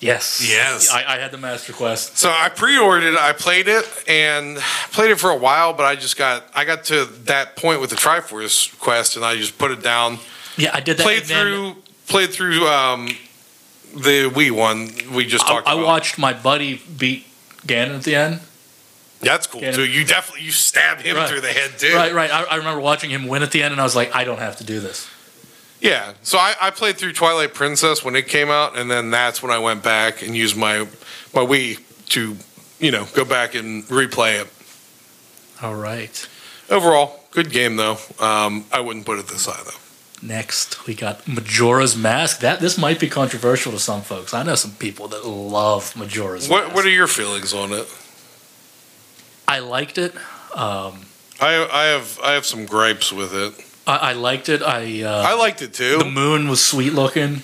B: Yes.
A: Yes.
B: I, I had the master quest.
A: So I pre-ordered it. I played it and played it for a while, but I just got I got to that point with the Triforce Quest, and I just put it down.
B: Yeah, I did that.
A: Played
B: and then
A: through. Played through. Um, the Wii one we just
B: I,
A: talked
B: I
A: about.
B: watched my buddy beat Ganon at the end.
A: That's cool
B: Yeah.
A: too. You definitely you stab him
B: Right.
A: through the head too.
B: Right, right. I, I remember watching him win at the end, and I was like, I don't have to do this.
A: Yeah. So I, I played through Twilight Princess when it came out, and then that's when I went back and used my my Wii to you know go back and replay it.
B: All right.
A: Overall, good game though. Um, I wouldn't put it this high though.
B: Next, we got Majora's Mask. That this might be controversial to some folks. I know some people that love Majora's
A: What
B: Mask.
A: What are your feelings on it?
B: I liked it. Um,
A: I I have I have some gripes with it.
B: I, I liked it. I, uh,
A: I liked it
B: the
A: too.
B: moon was sweet looking.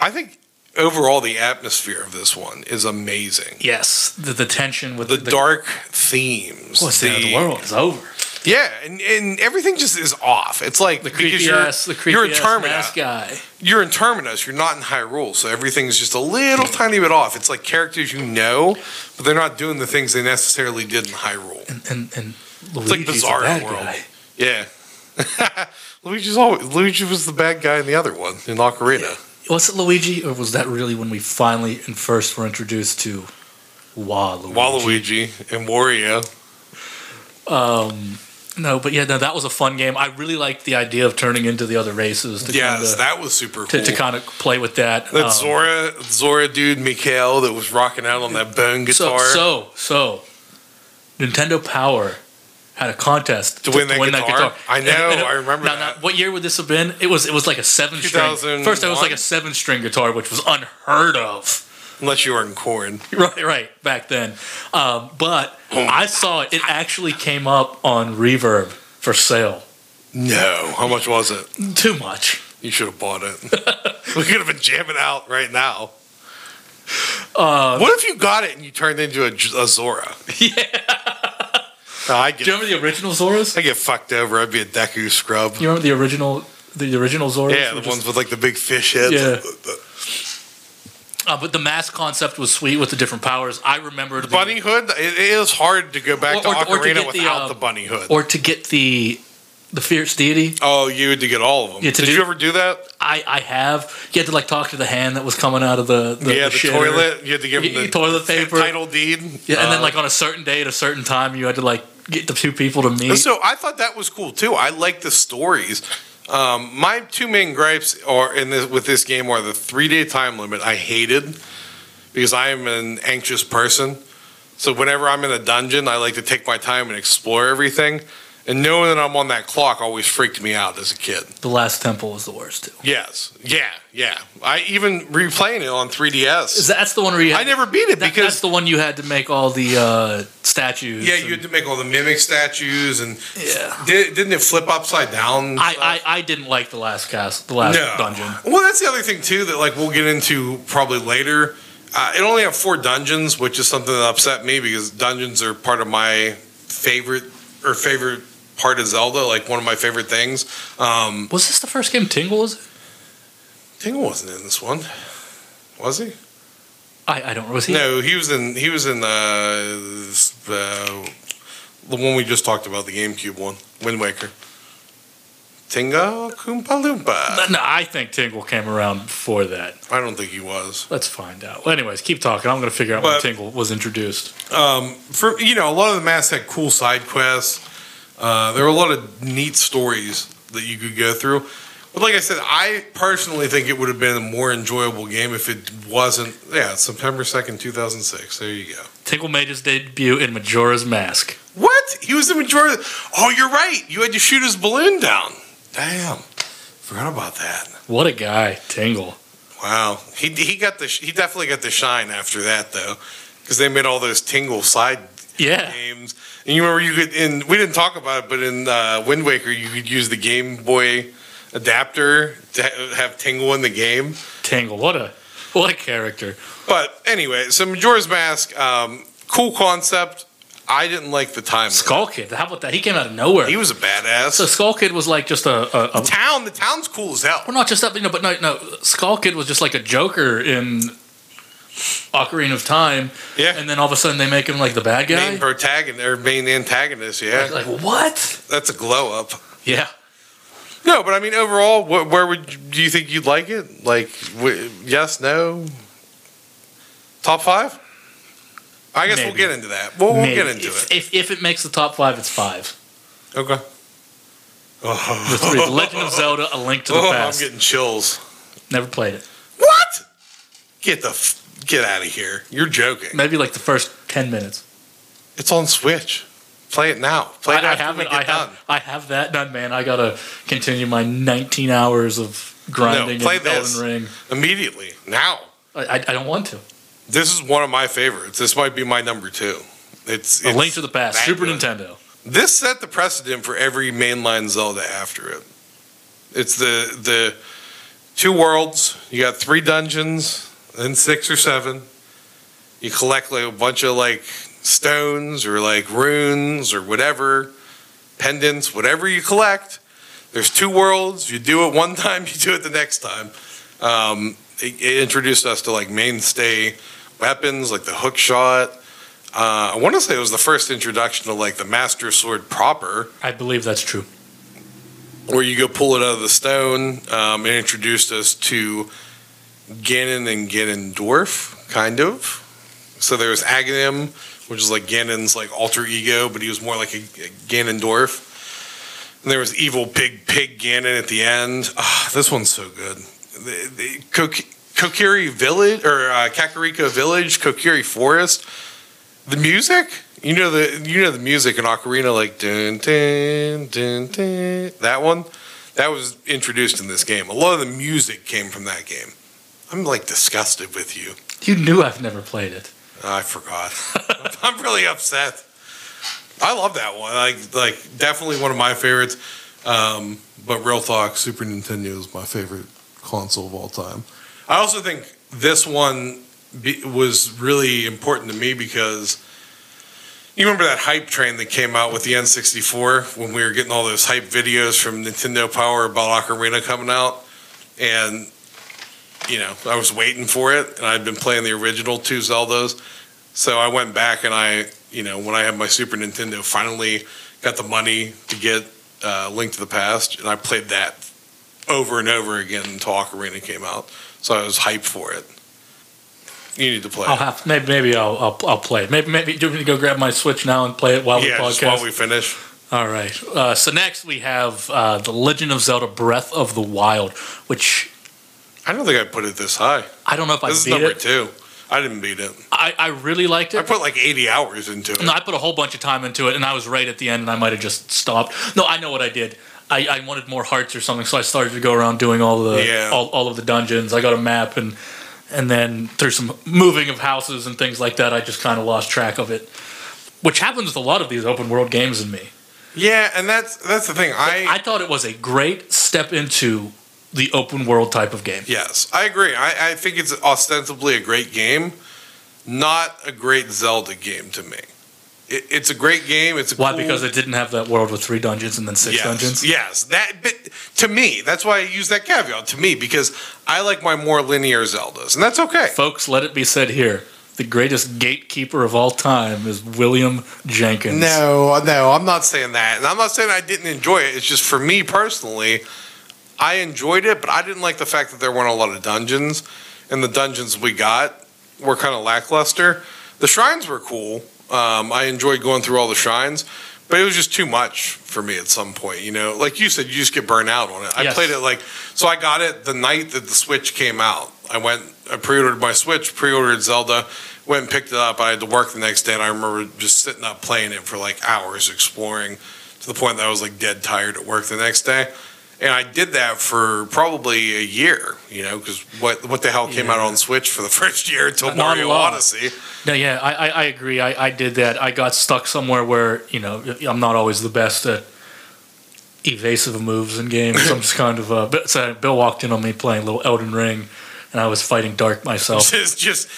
A: I think overall the atmosphere of this one is amazing.
B: Yes, the, the tension with
A: The dark themes.
B: What's the, end of the world is over.
A: Yeah, and, and everything just is off. It's like
B: The
A: because
B: creepy
A: you're,
B: ass, the creepy
A: you're in
B: ass
A: Terminus.
B: mask guy.
A: You're in Terminus. You're not in Hyrule, so everything's just a little tiny bit off. It's like characters you know, but they're not doing the things they necessarily did in Hyrule.
B: And and, and
A: like
B: Luigi's the
A: Bizarro
B: bad
A: World.
B: guy.
A: Yeah. Luigi's always Luigi was the bad guy in the other one in Ocarina.
B: Was it Luigi, or was that really when we finally and first were introduced to Waluigi?
A: Waluigi and Wario.
B: Um, no, but yeah, no, that was a fun game. I really liked the idea of turning into the other races to
A: Yes,
B: kind
A: that was super
B: of to,
A: cool.
B: to kind of play with that.
A: that
B: Um,
A: Zora Zora dude Mikhail that was rocking out on that bone
B: so
A: guitar.
B: so so, Nintendo Power had a contest
A: To win that guitar? I know, I remember
B: now,
A: that.
B: now, what year would this have been? It was it was like a seven string.
A: 2001?
B: First, it was like a seven string guitar, which was unheard of.
A: Unless you were in corn.
B: Right, right, back then. Um, but
A: Oh.
B: I saw it. It actually came up on Reverb for sale.
A: No. How much was it?
B: Too much.
A: You should have bought it. we could have been jamming out right now.
B: Uh,
A: What if you got it and you turned into a, J- a Zora?
B: yeah.
A: No, I
B: Do
A: get
B: you remember the original Zoras?
A: I get fucked over. I'd be a Deku scrub.
B: You remember the original, the original Zoras?
A: Yeah, the
B: were just-
A: ones with like the big fish heads.
B: Yeah. Uh, but the mask concept was sweet with the different powers. I remembered the-
A: Bunny hood. It, it is hard to go back
B: Or-
A: to
B: or- or to
A: Ocarina
B: get the,
A: without
B: um,
A: the bunny hood.
B: or to get the the fierce deity.
A: oh, you had to get all of them.
B: Yeah, to
A: Did
B: do-
A: you ever do that?
B: I I have. You had to like talk to the hand that was coming out of the, the
A: yeah, the,
B: shitter.
A: toilet. You had to give
B: Y-
A: them the
B: toilet paper.
A: title deed.
B: Yeah, and then
A: Uh,
B: like on a certain day at a certain time, you had to like get the two people to meet.
A: So I thought that was cool too. I like the stories. Um, my two main gripes are in this with this game are the three day time limit. I hated because I am an anxious person. So whenever I'm in a dungeon, I like to take my time and explore everything. And knowing that I'm on that clock always freaked me out as a kid.
B: the last temple was the worst too.
A: Yes. Yeah. Yeah. I even replaying it on 3DS.
B: Is that- That's the one where you had,
A: I never beat it
B: that- that's
A: because
B: the one you had to make all the uh, statues.
A: yeah,
B: and-
A: you had to make all the mimic statues and
B: yeah.
A: did, didn't it flip upside down? and stuff?
B: I, I I didn't like the last cast, the last dungeon.
A: Well, that's the other thing too that like we'll get into probably later. Uh, it only had four dungeons, which is something that upset me because dungeons are part of my favorite or favorite part of Zelda, like one of my favorite things. Um,
B: Was this the first game Tingle was? in?
A: Tingle wasn't in this one, was he?
B: I I don't was he?
A: No, he was in. He was in uh, s- uh, the one we just talked about, the GameCube one, Wind Waker. Tinga Koompa Loompa.
B: No, no, I think Tingle came around before that.
A: I don't think he was.
B: Let's find out. Well, anyways, keep talking. I'm going to figure out when
A: But-
B: Tingle was introduced.
A: um, for you know, a lot of the masks had cool side quests. Uh, there were a lot of neat stories that you could go through. But like I said, I personally think it would have been a more enjoyable game if it wasn't. Yeah, September second, two thousand six. There you go.
B: Tingle made his debut in Majora's Mask.
A: What? He was the majority. Oh, you're right. You had to shoot his balloon down. Damn, forgot about that.
B: What a guy, Tingle.
A: Wow. He he got the sh- he definitely got the shine after that though, because they made all those tingle side
B: Yeah.
A: games. And you remember you could in we didn't talk about it, but in uh, Wind Waker you could use the Game Boy adapter to ha- have Tingle in the game.
B: Tingle. What a What a character.
A: But anyway, so Majora's Mask, um, cool concept. I didn't like the time.
B: Skull Kid. How about that? He came out of nowhere.
A: He was a badass.
B: so Skull Kid was like just a, a, a
A: town. The town's cool as hell.
B: well, not just that, but, you know, but no, no. Skull Kid was just like a Joker in Ocarina of Time,
A: Yeah.
B: and then all of a sudden they make him like the bad guy.
A: Main protagonist or main antagonist. Yeah,
B: Like what?
A: that's a glow up.
B: Yeah.
A: No, but I mean overall, wh- where would you, do you think you'd like it? Like, w- yes, no, top five. I guess
B: Maybe.
A: we'll get into that. We'll, we'll get
B: Maybe.
A: into
B: if,
A: it.
B: If, if it makes the top five, it's five.
A: Okay. Oh,
B: The three: The Legend of Zelda, A Link to the
A: oh, I'm
B: Past.
A: getting chills.
B: Never played it.
A: What? Get the f- get out of here. You're joking.
B: Maybe like the first ten minutes.
A: It's on Switch. Play it now. Play it
B: I, I
A: after
B: have
A: we
B: it.
A: get
B: I
A: done.
B: have. I have that done, man. I gotta continue my 19 hours of grinding.
A: No, play
B: in
A: this.
B: Elden Ring.
A: Immediately now.
B: I, I, I don't want to.
A: This is one of my favorites. This might be my number two. It's,
B: A
A: it's
B: Link to the Past,
A: that
B: Super
A: good.
B: Nintendo.
A: This set the precedent for every mainline Zelda after it. It's the the two worlds. You got three dungeons, then six or seven. You collect like a bunch of like stones or like runes or whatever, pendants, whatever you collect. There's two worlds. You do it one time, you do it the next time. Um, it, it introduced us to like mainstay weapons like the hook shot. Uh, I want to say it was the first introduction to like the Master Sword proper,
B: I believe that's true.
A: where you go pull it out of the stone. Um, it introduced us to Ganon and Ganondorf, kind of. So there was Aghanim, which is like Ganon's like alter ego, but he was more like a, a Ganondorf. And there was evil pig pig Ganon at the end. Ah, this one's so good. The, the Kok- Kokiri Village or uh, Kakariko Village, Kokiri Forest. The music, you know the you know the music in Ocarina, like dun dun dun dun. That one, that was introduced in this game. A lot of the music came from that game. I'm like disgusted with you.
B: You knew I've never played it.
A: Oh, I forgot. I'm really upset. I love that one. Like, like definitely one of my favorites. Um, but real talk, Super Nintendo is my favorite console of all time. I also think this one be, was really important to me because you remember that hype train that came out with the N64 when we were getting all those hype videos from Nintendo Power about Ocarina coming out, and you know I was waiting for it, and I'd been playing the original two Zeldas. So I went back and I, you know, when I had my Super Nintendo, finally got the money to get uh, Link to the Past, and I played that over and over again until Ocarina came out. So I was hyped for it. You need to play.
B: I'll
A: it.
B: have maybe maybe I'll I'll, I'll play it. Maybe maybe do you want me to go grab my Switch now and play it while
A: yeah,
B: we
A: just
B: podcast?
A: while we finish.
B: All right. Uh, so next we have uh, the Legend of Zelda: Breath of the Wild, which
A: I don't think I put it this high.
B: I don't know if I
A: this is
B: beat
A: number
B: it.
A: two. I didn't beat it.
B: I, I really liked
A: I
B: it.
A: put like 80 hours into it.
B: No, I put a whole bunch of time into it, and I was right at the end, and I might have just stopped. No, I know what I did. I, I wanted more hearts or something, so I started to go around doing all the
A: Yeah.
B: all, all of the dungeons. I got a map, and and then through some moving of houses and things like that, I just kind of lost track of it, which happens with a lot of these open world games in me.
A: Yeah, and that's that's the thing. I,
B: I thought it was a great step into the open world type of game.
A: yes, I agree. I, I think it's ostensibly a great game, not a great Zelda game to me. It, it's a great game. It's a
B: Why?
A: cool-
B: Because it didn't have that world with three dungeons and then six
A: yes,
B: dungeons.
A: Yes, that but to me, that's why I use that caveat to me because I like my more linear Zeldas, and that's okay.
B: Folks, let it be said here: the greatest gatekeeper of all time is William Jenkins.
A: No, no, I'm not saying that. And I'm not saying I didn't enjoy it. It's just for me personally, I enjoyed it, but I didn't like the fact that there weren't a lot of dungeons. And the dungeons we got were kind of lackluster. The shrines were cool. Um, I enjoyed going through all the shrines, but it was just too much for me at some point. You know, like you said, you just get burnt out on it. I
B: Yes.
A: played it like, so I got it the night that the Switch came out. I went, I pre ordered my Switch, pre ordered Zelda went and picked it up. I had to work the next day, and I remember just sitting up playing it for like hours, exploring to the point that I was like dead tired at work the next day. And I did that for probably a year, you know, because what what the hell came out on Switch for the first year until
B: Not a
A: Mario
B: lot.
A: Odyssey?
B: No, yeah, I, I, I agree. I, I did that. I got stuck somewhere where, you know, I'm not always the best at evasive moves in games. I'm just kind of, uh, but so Bill walked in on me playing a little Elden Ring, and and I was fighting Dark myself.
A: Just, just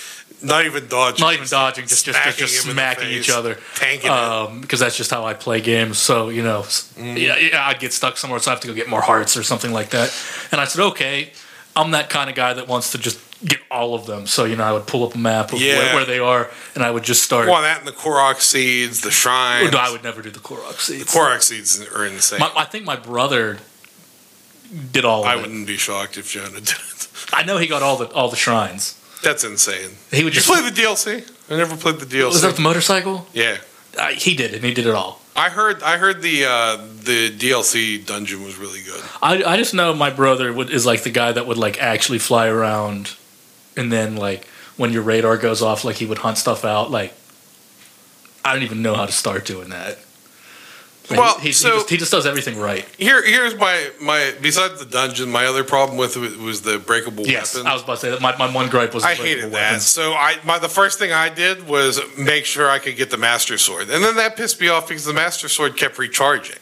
A: not even dodging.
B: Oh. Not even dodging, just just just, just
A: him in the
B: smacking
A: face,
B: each other.
A: Tanking it.
B: Um, because that's just how I play games. So you know, s-
A: Mm-hmm.
B: yeah, yeah, I'd get stuck somewhere, so I have to go get more hearts or something like that. And I said, okay, I'm that kind of guy that wants to just get all of them. So you know, I would pull up a map of
A: Yeah.
B: where, where they are, and I would just start.
A: Well, that and the Korok seeds, the shrine.
B: No, I would never do the Clorox seeds.
A: Korok seeds are insane.
B: My, I think my brother did all. Of
A: I
B: it.
A: wouldn't be shocked if Jonah did it.
B: I know he got all the all the shrines.
A: That's insane.
B: He would
A: Did you
B: just
A: play the DLC? I never played the
B: was that
A: DLC.
B: the motorcycle.
A: Yeah,
B: Uh, he did it. He did it all.
A: I heard. I heard the uh, the DLC dungeon was really good.
B: I, I just know my brother would, is like the guy that would like actually fly around, and then like when your radar goes off, like he would hunt stuff out. Like I don't even know how to start doing that. Like,
A: Well,
B: he's-
A: so-
B: he, just, he just does everything right.
A: Here, here's my my. Besides the dungeon, my other problem with it was the breakable
B: Yes,
A: weapons.
B: I was about to say that. My, my one gripe was the
A: I
B: breakable
A: hated that. So I my the first thing I did was make sure I could get the master sword, and then that pissed me off because the master sword kept recharging.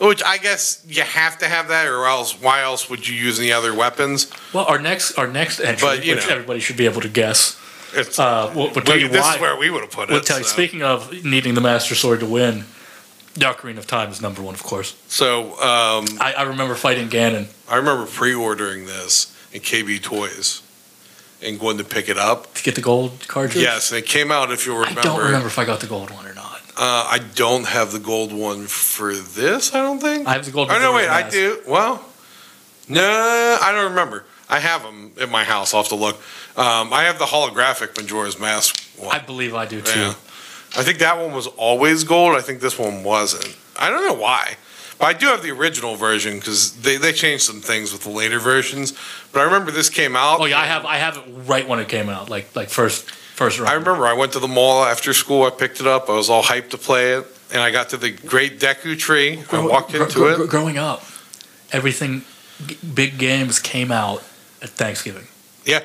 A: Which I guess you have to have that, or else why else would you use any other weapons?
B: Well, our next our next entry,
A: But, you
B: which
A: know.
B: everybody should be able to guess.
A: It's,
B: Uh, we'll, we'll tell
A: we-
B: you
A: this
B: why.
A: is where we would have put
B: we'll
A: it.
B: tell you.
A: so.
B: Speaking of needing the Master Sword to win, the Ocarina of Time is number one, of course.
A: So um,
B: I, I remember fighting Ganon.
A: I remember pre-ordering this at KB Toys and going to pick it up.
B: to get the gold cartridge?
A: Yes, and it came out. If you'll remember,
B: I don't remember if I got the gold one or not.
A: Uh, I don't have the gold one for this. I don't think.
B: I have the gold
A: Oh
B: one.
A: no,
B: for
A: wait, I
B: NES.
A: do. Well, no, I don't remember. I have them at my house. I'll have to look. Um, I have the holographic Majora's Mask one.
B: I believe I do too.
A: Yeah. I think that one was always gold. I think this one wasn't. I don't know why. But I do have the original version because they, they changed some things with the later versions. But I remember this came out.
B: Oh yeah, I have I have it right when it came out, like like first first round.
A: I remember I went to the mall after school. I picked it up. I was all hyped to play it. And I got to the Great Deku Tree. I
B: Grow-
A: walked
B: gr-
A: into
B: gr-
A: it.
B: gr- Growing up, everything g- big games came out at Thanksgiving.
A: Yeah.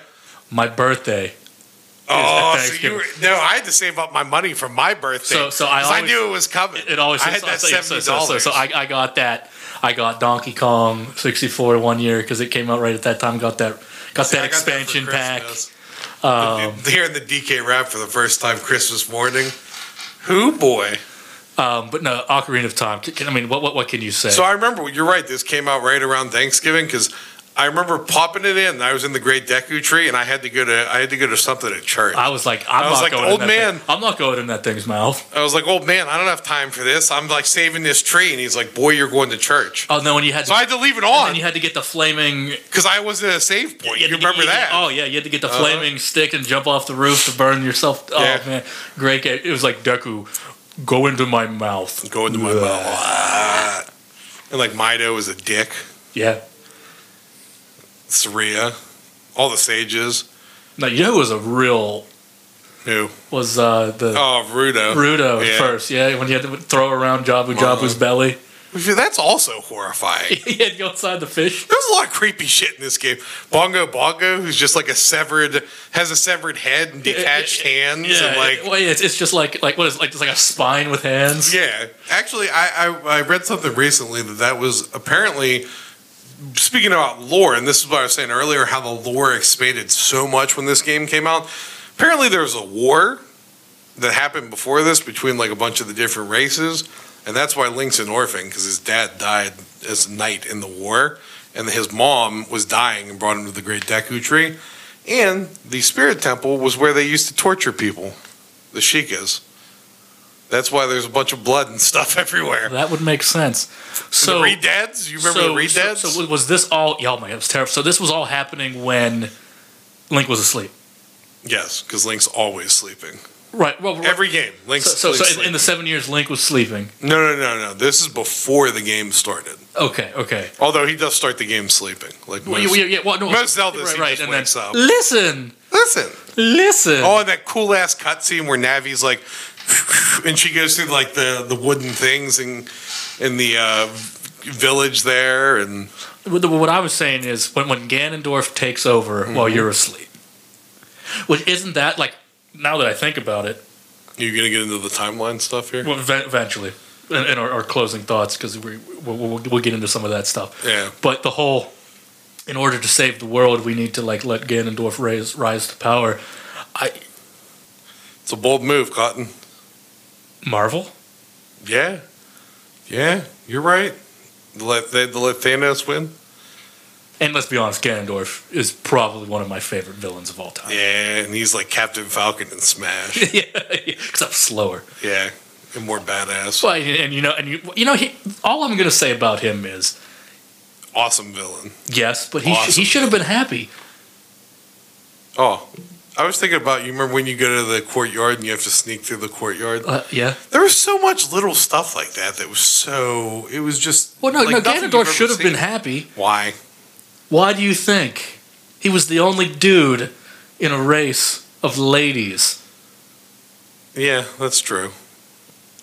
B: My birthday.
A: Oh,
B: It's at
A: so you were,
B: Thanksgiving.
A: no! I had to save up my money for my birthday.
B: So- so I
A: 'cause
B: always-
A: knew it was coming.
B: It always
A: I had
B: so-
A: that
B: so, so,
A: seventy
B: so, so,
A: dollars.
B: so I, I got that. I got Donkey Kong 64 one year because it came out right at that time. Got that got that expansion pack. Uh, um,
A: pack. Hearing the DK rap for the first time Christmas morning. Who boy?
B: Um, but no, Ocarina of Time. c- I mean, what what, what can you say?
A: So I remember you're right. This came out right around Thanksgiving because I remember popping it in. I was in the Great Deku Tree, and I had to go to I had to go to something at church.
B: I was like, I'm
A: I was
B: not
A: like the
B: going
A: old
B: in that thing-
A: man.
B: I'm not going in that thing's mouth.
A: I was like, "Old man, I don't have time for this. I'm like saving this tree." And he's like, "Boy, you're going to church."
B: Oh no, and you had to,
A: So I had to leave it
B: and then
A: on
B: you had to get the flaming.
A: because I wasn't at a save
B: had
A: point.
B: to
A: You
B: get-
A: remember that? Uh-huh.
B: Oh yeah, you had to get the flaming stick and jump off the roof to burn yourself. Oh
A: Yeah.
B: man, great game. It was like Deku, go into my mouth.
A: Go into my
B: Blah.
A: mouth. And like Mido is a dick.
B: Yeah.
A: Saria. All the sages.
B: Now you know it was a real
A: Who?
B: was uh, the
A: Oh, Rudo.
B: Rudo
A: Yeah. Uh-huh.
B: first. Yeah, when you had to throw around Jabu Jabu's belly.
A: That's also horrifying.
B: you had to go inside the fish.
A: There's a lot of creepy shit in this game. Bongo Bongo, who's just like a severed, has a severed head and detached hands, and like,
B: well, it's, it's just like like what is it, like it's like a spine with hands.
A: yeah. Actually, I, I I read something recently that that was apparently speaking about lore, and this is what I was saying earlier, how the lore expanded so much when this game came out. Apparently, there was a war that happened before this between like a bunch of the different races, and that's why Link's an orphan because his dad died as a knight in the war, and his mom was dying and brought him to the Great Deku Tree, and the Spirit Temple was where they used to torture people, the Shikas. That's why there's a bunch of blood and stuff everywhere.
B: That would make sense. So
A: the Redeads, you remember the
B: so,
A: Redeads?
B: So, was this all? Y'all might have terrible. So this was all happening when Link was asleep,
A: yes, because Link's always sleeping.
B: right? Well, right.
A: Every game, Link's
B: so, so,
A: always
B: so in, in the
A: sleeping.
B: seven years, Link was sleeping.
A: no, no, no, no. This is before the game started.
B: Okay, okay.
A: Although he does start the game sleeping, like
B: Well,
A: most.
B: yeah, yeah, well, no,
A: most Zeldas, he just
B: and
A: wakes
B: then,
A: up.
B: Listen,
A: Listen.
B: listen.
A: Oh, and that cool ass cutscene where Navi's like, and she goes through like the the wooden things and in the uh, village there, and
B: What what I was saying is when, when Ganondorf takes over
A: Mm-hmm.
B: while you're asleep, which isn't that like now that I think about it,
A: you're gonna get into the timeline stuff here.
B: well, ev- eventually, and, and our, our closing thoughts because we we'll, we'll, we'll get into some of that stuff.
A: Yeah.
B: But the whole in order to save the world, we need to like let Ganondorf rise rise to power. I
A: It's a bold move, Cotton.
B: Marvel.
A: Yeah. Yeah, you're right. Let, they, let Thanos win?
B: And let's be honest, Ganondorf is probably one of my favorite villains of all time.
A: Yeah, and he's like Captain Falcon in Smash.
B: Yeah, because I'm slower.
A: yeah, and more badass.
B: But and you know, and you, you know, he, all I'm gonna say about him is
A: Awesome villain.
B: yes, but he sh-
A: Awesome.
B: he should have been happy.
A: Oh, I was thinking about you remember when you go to the courtyard and you have to sneak through the courtyard?
B: Uh, yeah.
A: There was so much little stuff like that that was so. It was just.
B: Well, no,
A: like
B: no.
A: nothing you've
B: Ganondorf
A: ever
B: should have
A: seen.
B: been happy.
A: Why?
B: Why do you think he was the only dude in a race of ladies?
A: Yeah, that's true.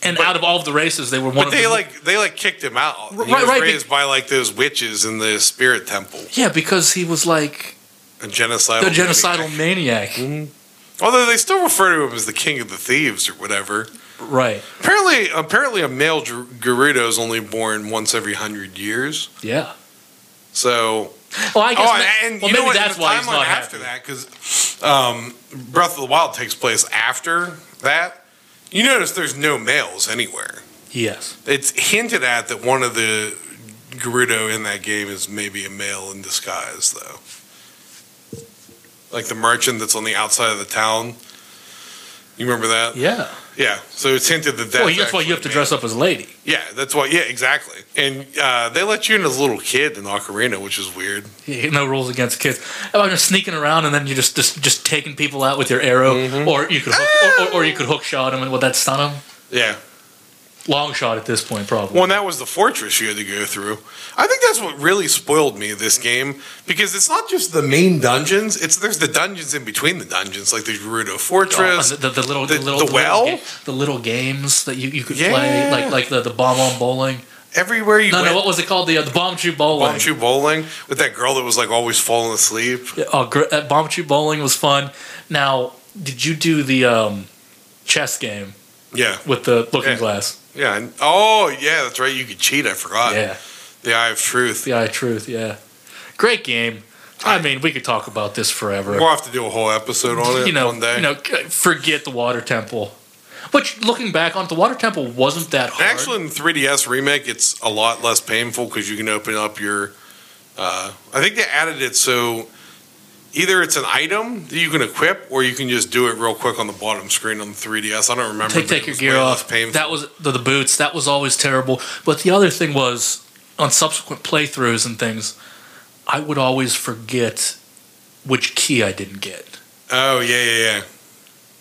B: And
A: But-
B: out of all of the races, they were one
A: But
B: of
A: they
B: the
A: like they like kicked him out. he
B: Right,
A: was
B: right,
A: raised by like those witches in the spirit temple,
B: Yeah, because he was like
A: a genocidal.
B: the
A: maniac.
B: genocidal maniac.
A: Although they still refer to him as the king of the thieves or whatever.
B: Right.
A: Apparently, apparently, a male Ger- Gerudo is only born once every hundred years.
B: Yeah.
A: So
B: Well, I guess
A: oh,
B: ma-
A: and, and
B: well,
A: you know
B: maybe
A: what?
B: that's
A: the
B: why he's
A: timeline
B: not
A: after
B: happy.
A: that because um, Breath of the Wild takes place after that. You notice there's no males anywhere.
B: Yes.
A: It's hinted at that one of the Gerudo in that game is maybe a male in disguise, though. Like the merchant that's on the outside of the town. You remember that?
B: Yeah.
A: Yeah. So it's hinted that that's,
B: well, that's why you have to dress up as a lady.
A: Yeah, that's why. Yeah, exactly. And uh, they let you in as a little kid in Ocarina, which is weird.
B: Yeah, no rules against kids. I'm just sneaking around, and then you just just, just taking people out with your arrow,
A: Mm-hmm.
B: or you could hook, or, or, or you
A: Ah.
B: could hook shot them, and well, that stun them.
A: Yeah.
B: Long shot at this point, probably.
A: Well, and that was the fortress you had to go through. I think that's what really spoiled me this game because it's not just the main dungeons; it's there's the dungeons in between the dungeons, like the Gerudo
B: Oh, and
A: Fortress.
B: the, the, the little
A: the-
B: the, little,
A: the
B: little
A: well?
B: ga- the little games that you, you could
A: Yeah.
B: play, like like the, the bomb on bowling.
A: Everywhere you
B: No,
A: went,
B: no, what was it called? The uh, the bomb shoot bowling.
A: Bomb Shoe Bowling with that girl that was like always falling asleep.
B: Yeah, Oh, gr- uh, bomb shoot bowling was fun. Now, did you do the um, chess game
A: Yeah,
B: with the looking
A: Yeah.
B: glass?
A: yeah. and- oh, yeah, that's right. You could cheat. I forgot.
B: yeah,
A: The Eye of Truth.
B: the eye of truth. Yeah, great game. I mean, we could talk about this forever.
A: We'll have to do a whole episode on it
B: you know,
A: one day.
B: you know, c- forget the water temple. But looking back on it, the water temple wasn't that hard.
A: Actually, in the 3DS remake, it's a lot less painful because you can open up your. Uh, I think they added it so either it's an item that you can equip or you can just do it real quick on the bottom screen on the 3DS. I don't remember.
B: take
A: but
B: take
A: it
B: your
A: was
B: gear
A: way less
B: off.
A: painful.
B: That was the, the boots. That was always terrible. But the other thing was on subsequent playthroughs and things, I would always forget which key I didn't get,
A: oh yeah, yeah,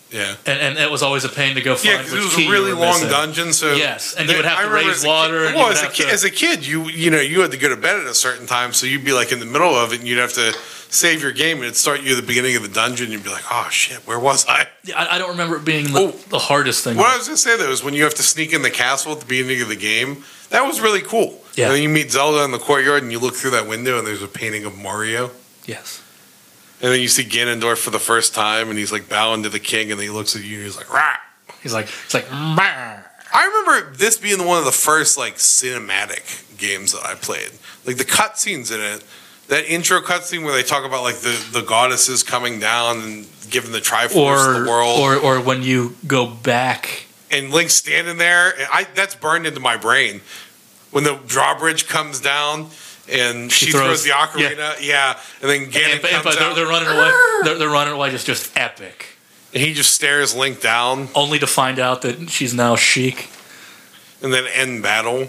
A: yeah, yeah.
B: and and it was always a pain to go find
A: Yeah, because
B: which
A: it was
B: key
A: a
B: you
A: really
B: were
A: long
B: missing.
A: dungeon. So
B: Yes, and you would have
A: I
B: to
A: remember
B: raise
A: as a kid-
B: water, and you
A: well,
B: would
A: as a
B: have
A: kid,
B: to-
A: as a kid, you you know you had to go to bed at a certain time, so you'd be like in the middle of it, and you'd have to save your game, and it'd start you at the beginning of the dungeon. You'd be like, oh shit, where was I?
B: Yeah, I, I don't remember it being the,
A: Oh.
B: the hardest thing.
A: What I was gonna say though is when you have to sneak in the castle at the beginning of the game, that was really cool.
B: Yeah.
A: And then you meet Zelda in the courtyard, and you look through that window, and there's a painting of Mario.
B: Yes.
A: And then you see Ganondorf for the first time, and he's like bowing to the king, and then he looks at you, and he's like, "Rah!"
B: He's like, it's like, "Mah."
A: I remember this being one of the first like cinematic games that I played. Like the cutscenes in it, that intro cutscene where they talk about like the the goddesses coming down and giving the Triforce
B: or,
A: the world,
B: or or when you go back
A: and Link's standing there. And I that's burned into my brain when the drawbridge comes down and she,
B: She
A: throws,
B: throws-
A: the ocarina. Yeah. and then Ganon
B: And, but-
A: comes
B: and, but they're,
A: out,
B: they're running away. They're, they're running away. Just just epic.
A: and he just stares Link down,
B: Only to find out that she's now chic.
A: and then end battle.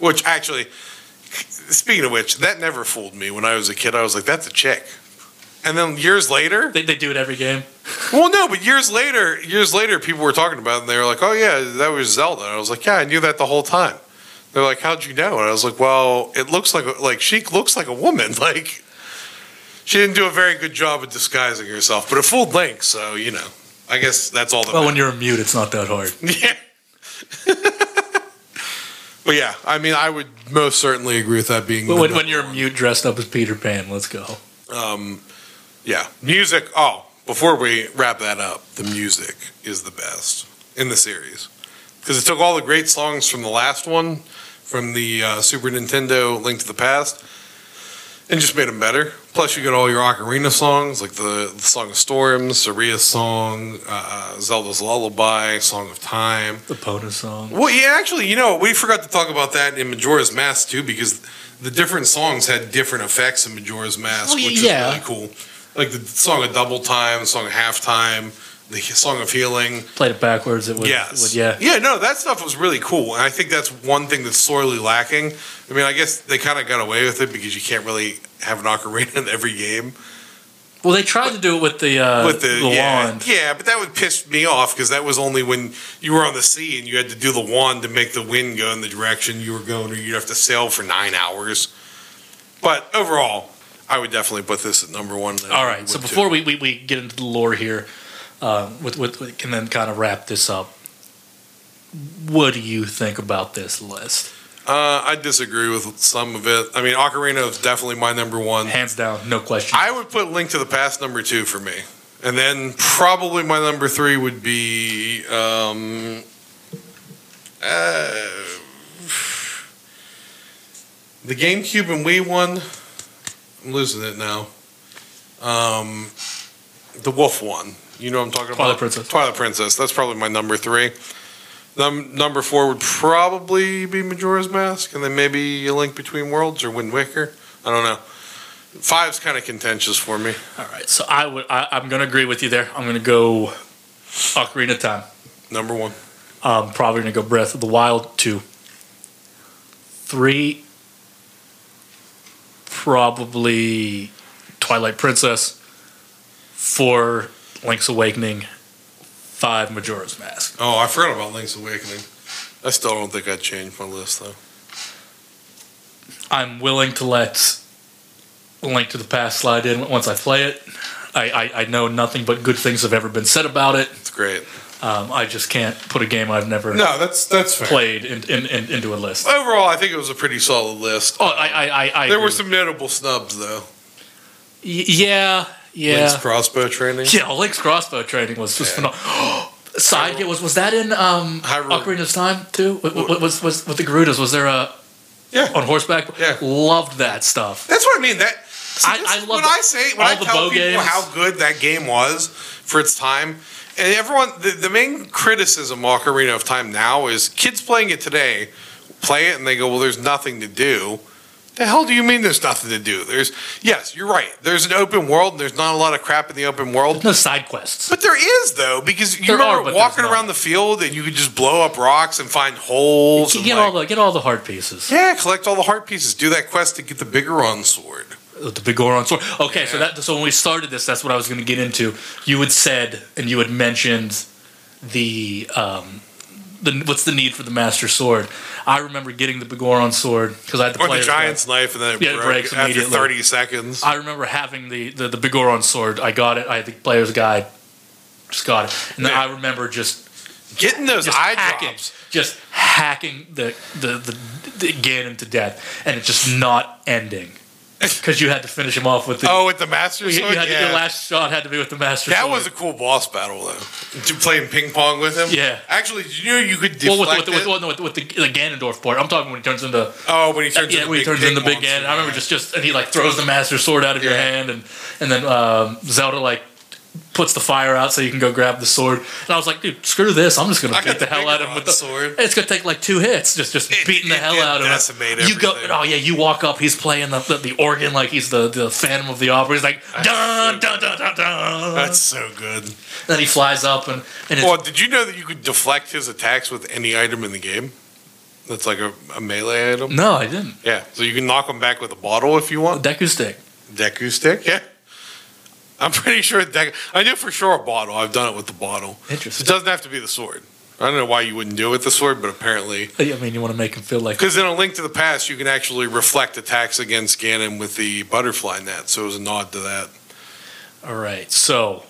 A: Which actually, speaking of which, that never fooled me when I was a kid. I was like, that's a chick. And then years later,
B: They, they do it every game.
A: well, no, but years later, years later, people were talking about it and they were like, oh, yeah, that was Zelda. And I was like, yeah, I knew that the whole time. They're like, how'd you know? And I was like, well, it looks like, a- like, she looks like a woman. Like, she didn't do a very good job of disguising herself, but it fooled Link. So, you know, I guess that's all that
B: Well, when you're mute, it's not that hard.
A: yeah. but yeah, I mean, I would most certainly agree with that being.
B: But
A: the
B: when, when
A: number
B: you're
A: one.
B: mute, dressed up as Peter Pan, let's go.
A: um, yeah, music. Oh, before we wrap that up, the music is the best in the series because it took all the great songs from the last one, from the uh, Super Nintendo Link to the Past, And just made them better. Plus, you get all your Ocarina songs, like the, the Song of Storms, Soria's Song, uh, Zelda's Lullaby, Song of Time.
B: The Pona song.
A: Well, yeah, actually, you know, we forgot to talk about that in Majora's Mask too, because the different songs had different effects in Majora's Mask,
B: Oh,
A: which
B: yeah.
A: is really cool. Like the song of Double Time, the song of Half Time, the song of Healing.
B: Played it backwards. It would,
A: yes.
B: would- yeah.
A: Yeah, no, that stuff was really cool. And I think that's one thing that's sorely lacking. I mean, I guess they kind of got away with it because you can't really have an ocarina in every game
B: Well, they tried to do it with the uh,
A: with the,
B: the
A: yeah,
B: wand.
A: Yeah, but that would piss me off because that was only when you were on the sea and you had to do the wand to make the wind go in the direction you were going, or you'd have to sail for nine hours. But overall, I would definitely put this at number one.
B: All right. So before we, we, we get into the lore here, uh, with, with, with and then kind of wrap this up. What do you think about this list?
A: uh, I disagree with some of it. I mean, Ocarina is definitely my number one.
B: Hands down, no question.
A: I would put Link to the Past number two for me, and then probably my number three would be. Um, uh, the GameCube and Wii one. I'm losing it now. Um, the Wolf one. You know what I'm talking about?
B: Twilight Princess.
A: Twilight Princess. That's probably my number three. Num- number four would probably be Majora's Mask, and then maybe a Link Between Worlds or Wind Waker. I don't know. Five's kind of contentious for me.
B: All right. So I would. I, I'm going to agree with you there. I'm going to go Ocarina of Time.
A: Number one.
B: Um, probably gonna go Breath of the Wild two, three. Probably Twilight Princess. Four Link's Awakening. Five Majora's Mask.
A: Oh, I forgot about Link's Awakening. I still don't think I'd change my list though.
B: I'm willing to let Link to the Past slide in once I play it. I, I, I know nothing but good things have ever been said about it.
A: It's great.
B: Um, I just can't put a game I've never
A: No, that's that's fair.
B: played in, in, in, into a list.
A: Overall, I think it was a pretty solid list.
B: Oh, I I I, I
A: there
B: agree
A: were
B: with-
A: some notable snubs though.
B: Y- yeah yeah.
A: Link's crossbow training.
B: Yeah, Link's crossbow training was just phenomenal. Side was was that in um,
A: Hyrule-
B: Ocarina of Time too? Wa- wa- wa- Was, was with the Garudas? Was there a
A: Yeah.
B: on horseback?
A: Yeah.
B: loved that stuff.
A: That's what I mean. That see,
B: I-
A: this
B: I
A: is
B: love
A: when
B: the-
A: I say when
B: all
A: I
B: the
A: tell
B: bow
A: people
B: games.
A: how good that game was for its time, and everyone the, the main criticism of Ocarina of Time now is kids playing it today play it and they go, well, there's nothing to do. The hell do you mean there's nothing to do? There's yes, you're right. There's an open world. And there's not a lot of crap in the open world.
B: No side quests.
A: But there is though, because you
B: There are,
A: remember
B: but
A: walking
B: there's not.
A: around the field and you could just blow up rocks and find holes.
B: Get
A: and,
B: all
A: like-
B: the get all the heart pieces.
A: yeah, collect all the heart pieces. Do that quest to get the bigger on sword.
B: With The big Goron sword. Okay, so
A: Yeah.
B: that so when we started this, that's what I was going to get into. You had said and you had mentioned the um, the what's the need for the master sword. I remember getting the Begoron sword because I had to
A: Or
B: play
A: the
B: it as well.
A: giant's knife, and then it
B: Yeah, it
A: broke
B: breaks
A: after
B: immediately.
A: 30
B: Uh,
A: seconds.
B: I remember having the, the the Bigoron sword. I got it. I had the player's guide. Just got it. And then
A: Yeah.
B: I remember just
A: Getting those
B: just
A: eye
B: hacking,
A: drops.
B: just hacking the the, the the Ganon to death, and it just not ending because you had to finish him off with the.
A: Oh, with the master
B: you, you
A: sword?
B: had,
A: yeah.
B: Your last shot had to be with the master.
A: that
B: sword.
A: was a cool boss battle, though. Did you playing ping pong with him?
B: Yeah.
A: Actually, did you know you could
B: well,
A: deflect
B: with, with,
A: it?
B: with, no, with, with the, the Ganondorf part. I'm talking when he turns into
A: oh, when he turns
B: yeah,
A: into
B: when he
A: big
B: turns into
A: ping
B: Big Ganon.
A: monster.
B: I remember just just and he like throws the master sword out of your
A: Yeah.
B: hand, and and then um, Zelda like puts the fire out so you can go grab the sword. And I was like, dude, screw this! I'm just gonna
A: I got
B: beat the,
A: the
B: hell
A: bigger
B: out of him with the
A: sword.
B: It's gonna take like two hits, just just
A: It-
B: beating the
A: it
B: hell
A: did
B: out of him.
A: decimate
B: you go,
A: everything.
B: oh yeah, you walk up. He's playing the the, the organ like he's the the Phantom of the Opera. He's like dun dun dun dun dun.
A: That's so good.
B: then he flies up and and it's,
A: Well, did you know that you could deflect his attacks with any item in the game? That's like a, a melee item.
B: no, I didn't.
A: Yeah, so you can knock him back with a bottle if you want.
B: Deku stick.
A: Deku stick, yeah. I'm pretty sure Deku. I know for sure a bottle. I've done it with the bottle. It
B: Interesting.
A: doesn't have to be the sword. I don't know why you wouldn't do it with the sword, but apparently,
B: I mean, you want to make him feel like
A: because in a Link to the Past, you can actually reflect attacks against Ganon with the butterfly net. So it was a nod to that.
B: All right, so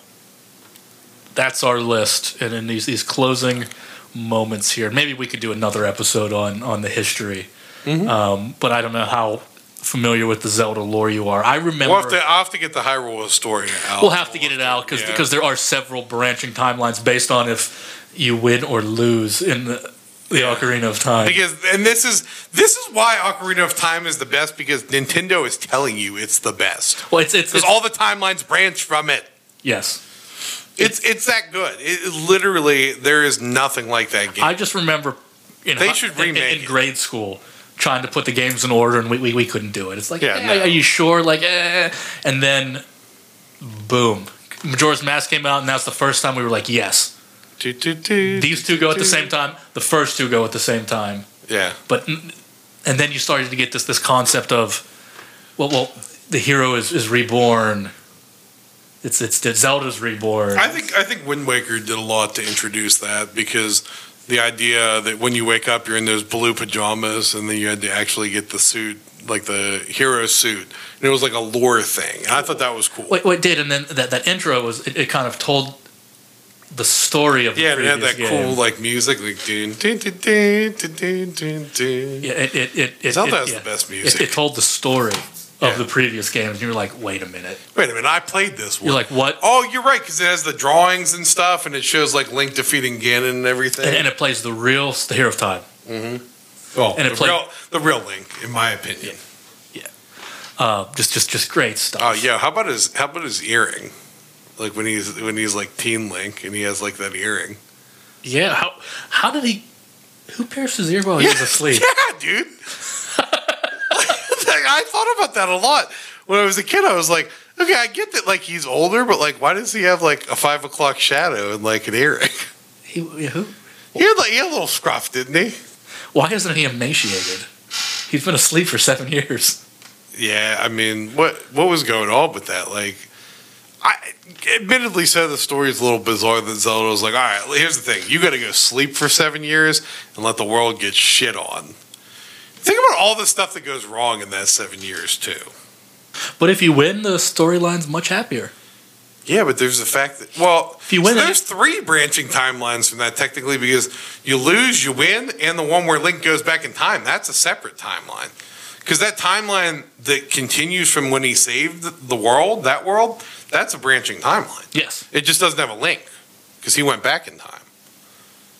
B: that's our list, and in these these closing moments here, maybe we could do another episode on on the history.
A: Mhm.
B: Um, but I don't know how familiar with the Zelda lore you are. I remember
A: We'll have to, I'll have to get the Hyrule Historia out.
B: we'll have to get it out because
A: Yeah.
B: there are several branching timelines based on if you win or lose in the the Ocarina of Time.
A: Because and this is this is why Ocarina of Time is the best because Nintendo is telling you it's the best.
B: Well, it's it's,
A: Because
B: it's
A: all the timelines branch from it.
B: yes.
A: It's it's that good. It, it literally there is nothing like that game.
B: I just remember in,
A: They
B: hi-
A: should
B: in- in,
A: remake
B: in
A: it.
B: grade school trying to put the games in order, and we, we, we couldn't do it. It's like,
A: Yeah,
B: eh,
A: no.
B: are you sure? Like, eh. and then boom, Majora's Mask came out, and that's the first time we were like, yes,
A: Do, do, do,
B: these two go at the same time. The first two go at the same time,
A: Yeah.
B: but n- and then you started to get this this concept of well, well, the hero is, is reborn. It's it's Zelda's reborn.
A: I think I think Wind Waker did a lot to introduce that because the idea that when you wake up you're in those blue pajamas and then you had to actually get the suit like the hero suit and it was like a lore thing. And I thought that was cool.
B: Wait, wait, did and then that, that intro was it, it kind of told the story of the
A: yeah, and it had
B: previous
A: that
B: game.
A: cool like music like dun, dun, dun, dun, dun, dun, dun.
B: Yeah, it it it, it
A: Zelda
B: it,
A: has
B: yeah.
A: the best
B: It,
A: music.
B: it told the story of
A: Yeah.
B: the previous games, and you're like, wait a minute.
A: Wait a minute, I played this one.
B: You're like, what?
A: oh, you're right because it has the drawings and stuff and it shows like Link defeating Ganon and everything. Mm-hmm.
B: And, and it plays the real the Hero of Time.
A: well,
B: and it
A: the,
B: played-
A: real, the real Link, in my opinion.
B: Uh, just just just great stuff.
A: Oh yeah, how about his how about his earring? Like when he's when he's like Teen Link and he has like that earring.
B: yeah. How how did he? Who pierced his ear while he was Oh, asleep?
A: Yeah, dude. Like, I thought about that a lot when I was a kid. I was like, okay, I get that like he's older, but like why does he have like a five o'clock shadow and like an earring?
B: He, yeah, who?
A: He had like he had a little scruff, didn't he?
B: Why isn't he emaciated? He's been asleep for seven years.
A: Yeah, I mean, what what was going on with that? Like, I admittedly said the story is a little bizarre that Zelda was like, all right, here's the thing: you got to go sleep for seven years and let the world get shit on. Think about all the stuff that goes wrong in that seven years too.
B: But if you win, the storyline's much happier.
A: Yeah, but there's the fact that well,
B: If you win,
A: so
B: it-
A: there's three branching timelines from that technically because you lose, you win, and the one where Link goes back in time. That's a separate timeline because that timeline that continues from when he saved the world, that world, that's a branching timeline.
B: Yes.
A: It just doesn't have a link because he went back in time.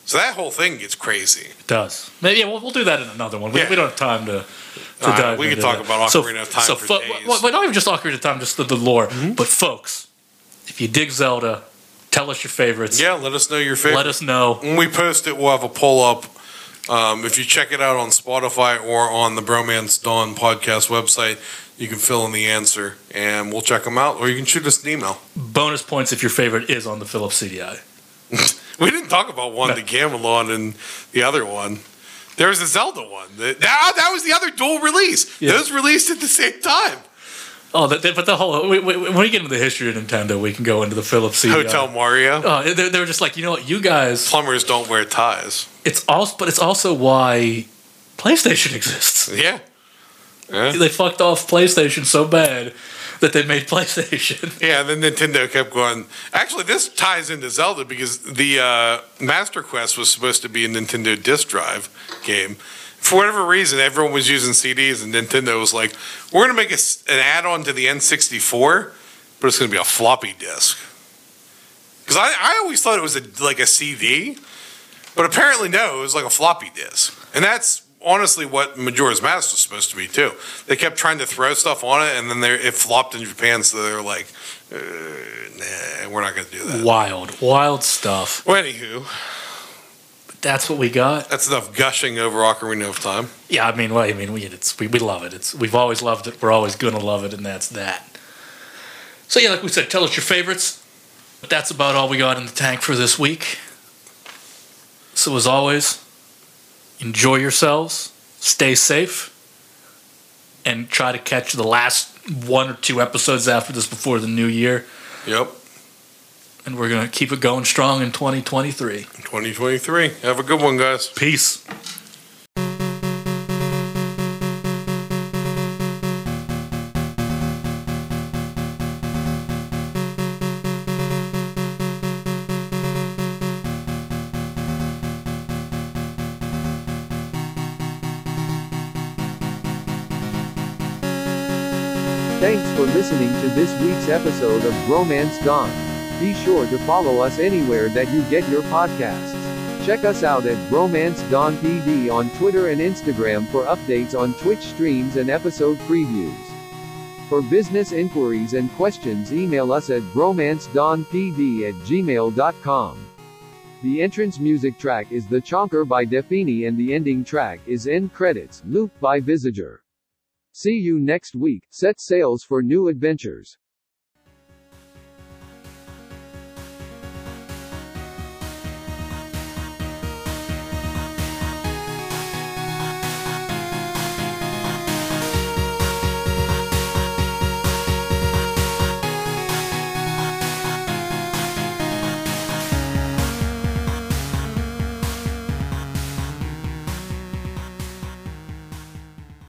A: So that whole thing gets crazy.
B: It does. Maybe, yeah, we'll, we'll do that in another one. We,
A: Yeah.
B: we don't have time to, to
A: Uh,
B: dive
A: we could
B: into
A: talk
B: that.
A: about
B: So-
A: Ocarina of Time
B: So,
A: for
B: fo-
A: days. Mm-hmm.
B: Well, well, not even just Ocarina of Time, just the, the lore. But, folks, if you dig Zelda, tell us your favorites.
A: Yeah, let us know your favorite.
B: Let us know.
A: when we post it, we'll have a pull up. Um, if you check it out on Spotify or on the Bromance Dawn podcast website, you can fill in the answer and we'll check them out, or you can shoot us an email.
B: Bonus points if your favorite is on the Philips CDI.
A: We didn't talk about one, the Gamelon, and the other one. There was a Zelda one. That, that, that was the other dual release.
B: Yeah.
A: Those released at the same time.
B: Oh, that, that- but the whole we, we, when we get into the history of Nintendo, we can go into the Philips CDI.
A: Hotel Mario.
B: Oh, they, they were just like, you know what, you guys.
A: Plumbers don't wear ties.
B: It's also, but it's also why PlayStation exists.
A: Yeah. Yeah,
B: They fucked off PlayStation so bad that they made PlayStation.
A: yeah and then Nintendo kept going. Actually, this ties into Zelda because the uh, Master Quest was supposed to be a Nintendo disk drive game. For whatever reason, everyone was using CDs, and Nintendo was like, "We're going to make a s an add-on to the N64, but it's going to be a floppy disk." Because I, I always thought it was a, like a CD, but apparently no, it was like a floppy disk, and that's honestly what Majora's Mask was supposed to be too. They kept trying to throw stuff on it, and then they, it flopped in Japan, so they were like, uh, "Nah, we're not going to do that."
B: Wild, wild stuff.
A: Well, anywho,
B: That's what we got.
A: that's enough gushing over Ocarina of Time.
B: Yeah, I mean, well, I mean, we it's we, we love it. It's we've always loved it. We're always gonna love it, and that's that. So yeah, like we said, tell us your favorites. But that's about all we got in the tank for this week. So as always, enjoy yourselves, stay safe, and try to catch the last one or two episodes after this before the new year.
A: Yep.
B: And we're gonna keep it going strong in 2023.
A: 2023. Have a good one, guys.
B: Peace.
C: Thanks for listening to this week's episode of Bromance Gone. Be sure to follow us anywhere that you get your podcasts. Check us out at Bromance Dawn PD on Twitter and Instagram for updates on Twitch streams and episode previews. For business inquiries and questions, email us at bromancedawnpd at gmail.com. The entrance music track is The Chonker by Defini, and the ending track is End Credits, Loop by Visager. See you next week, set sails for new adventures.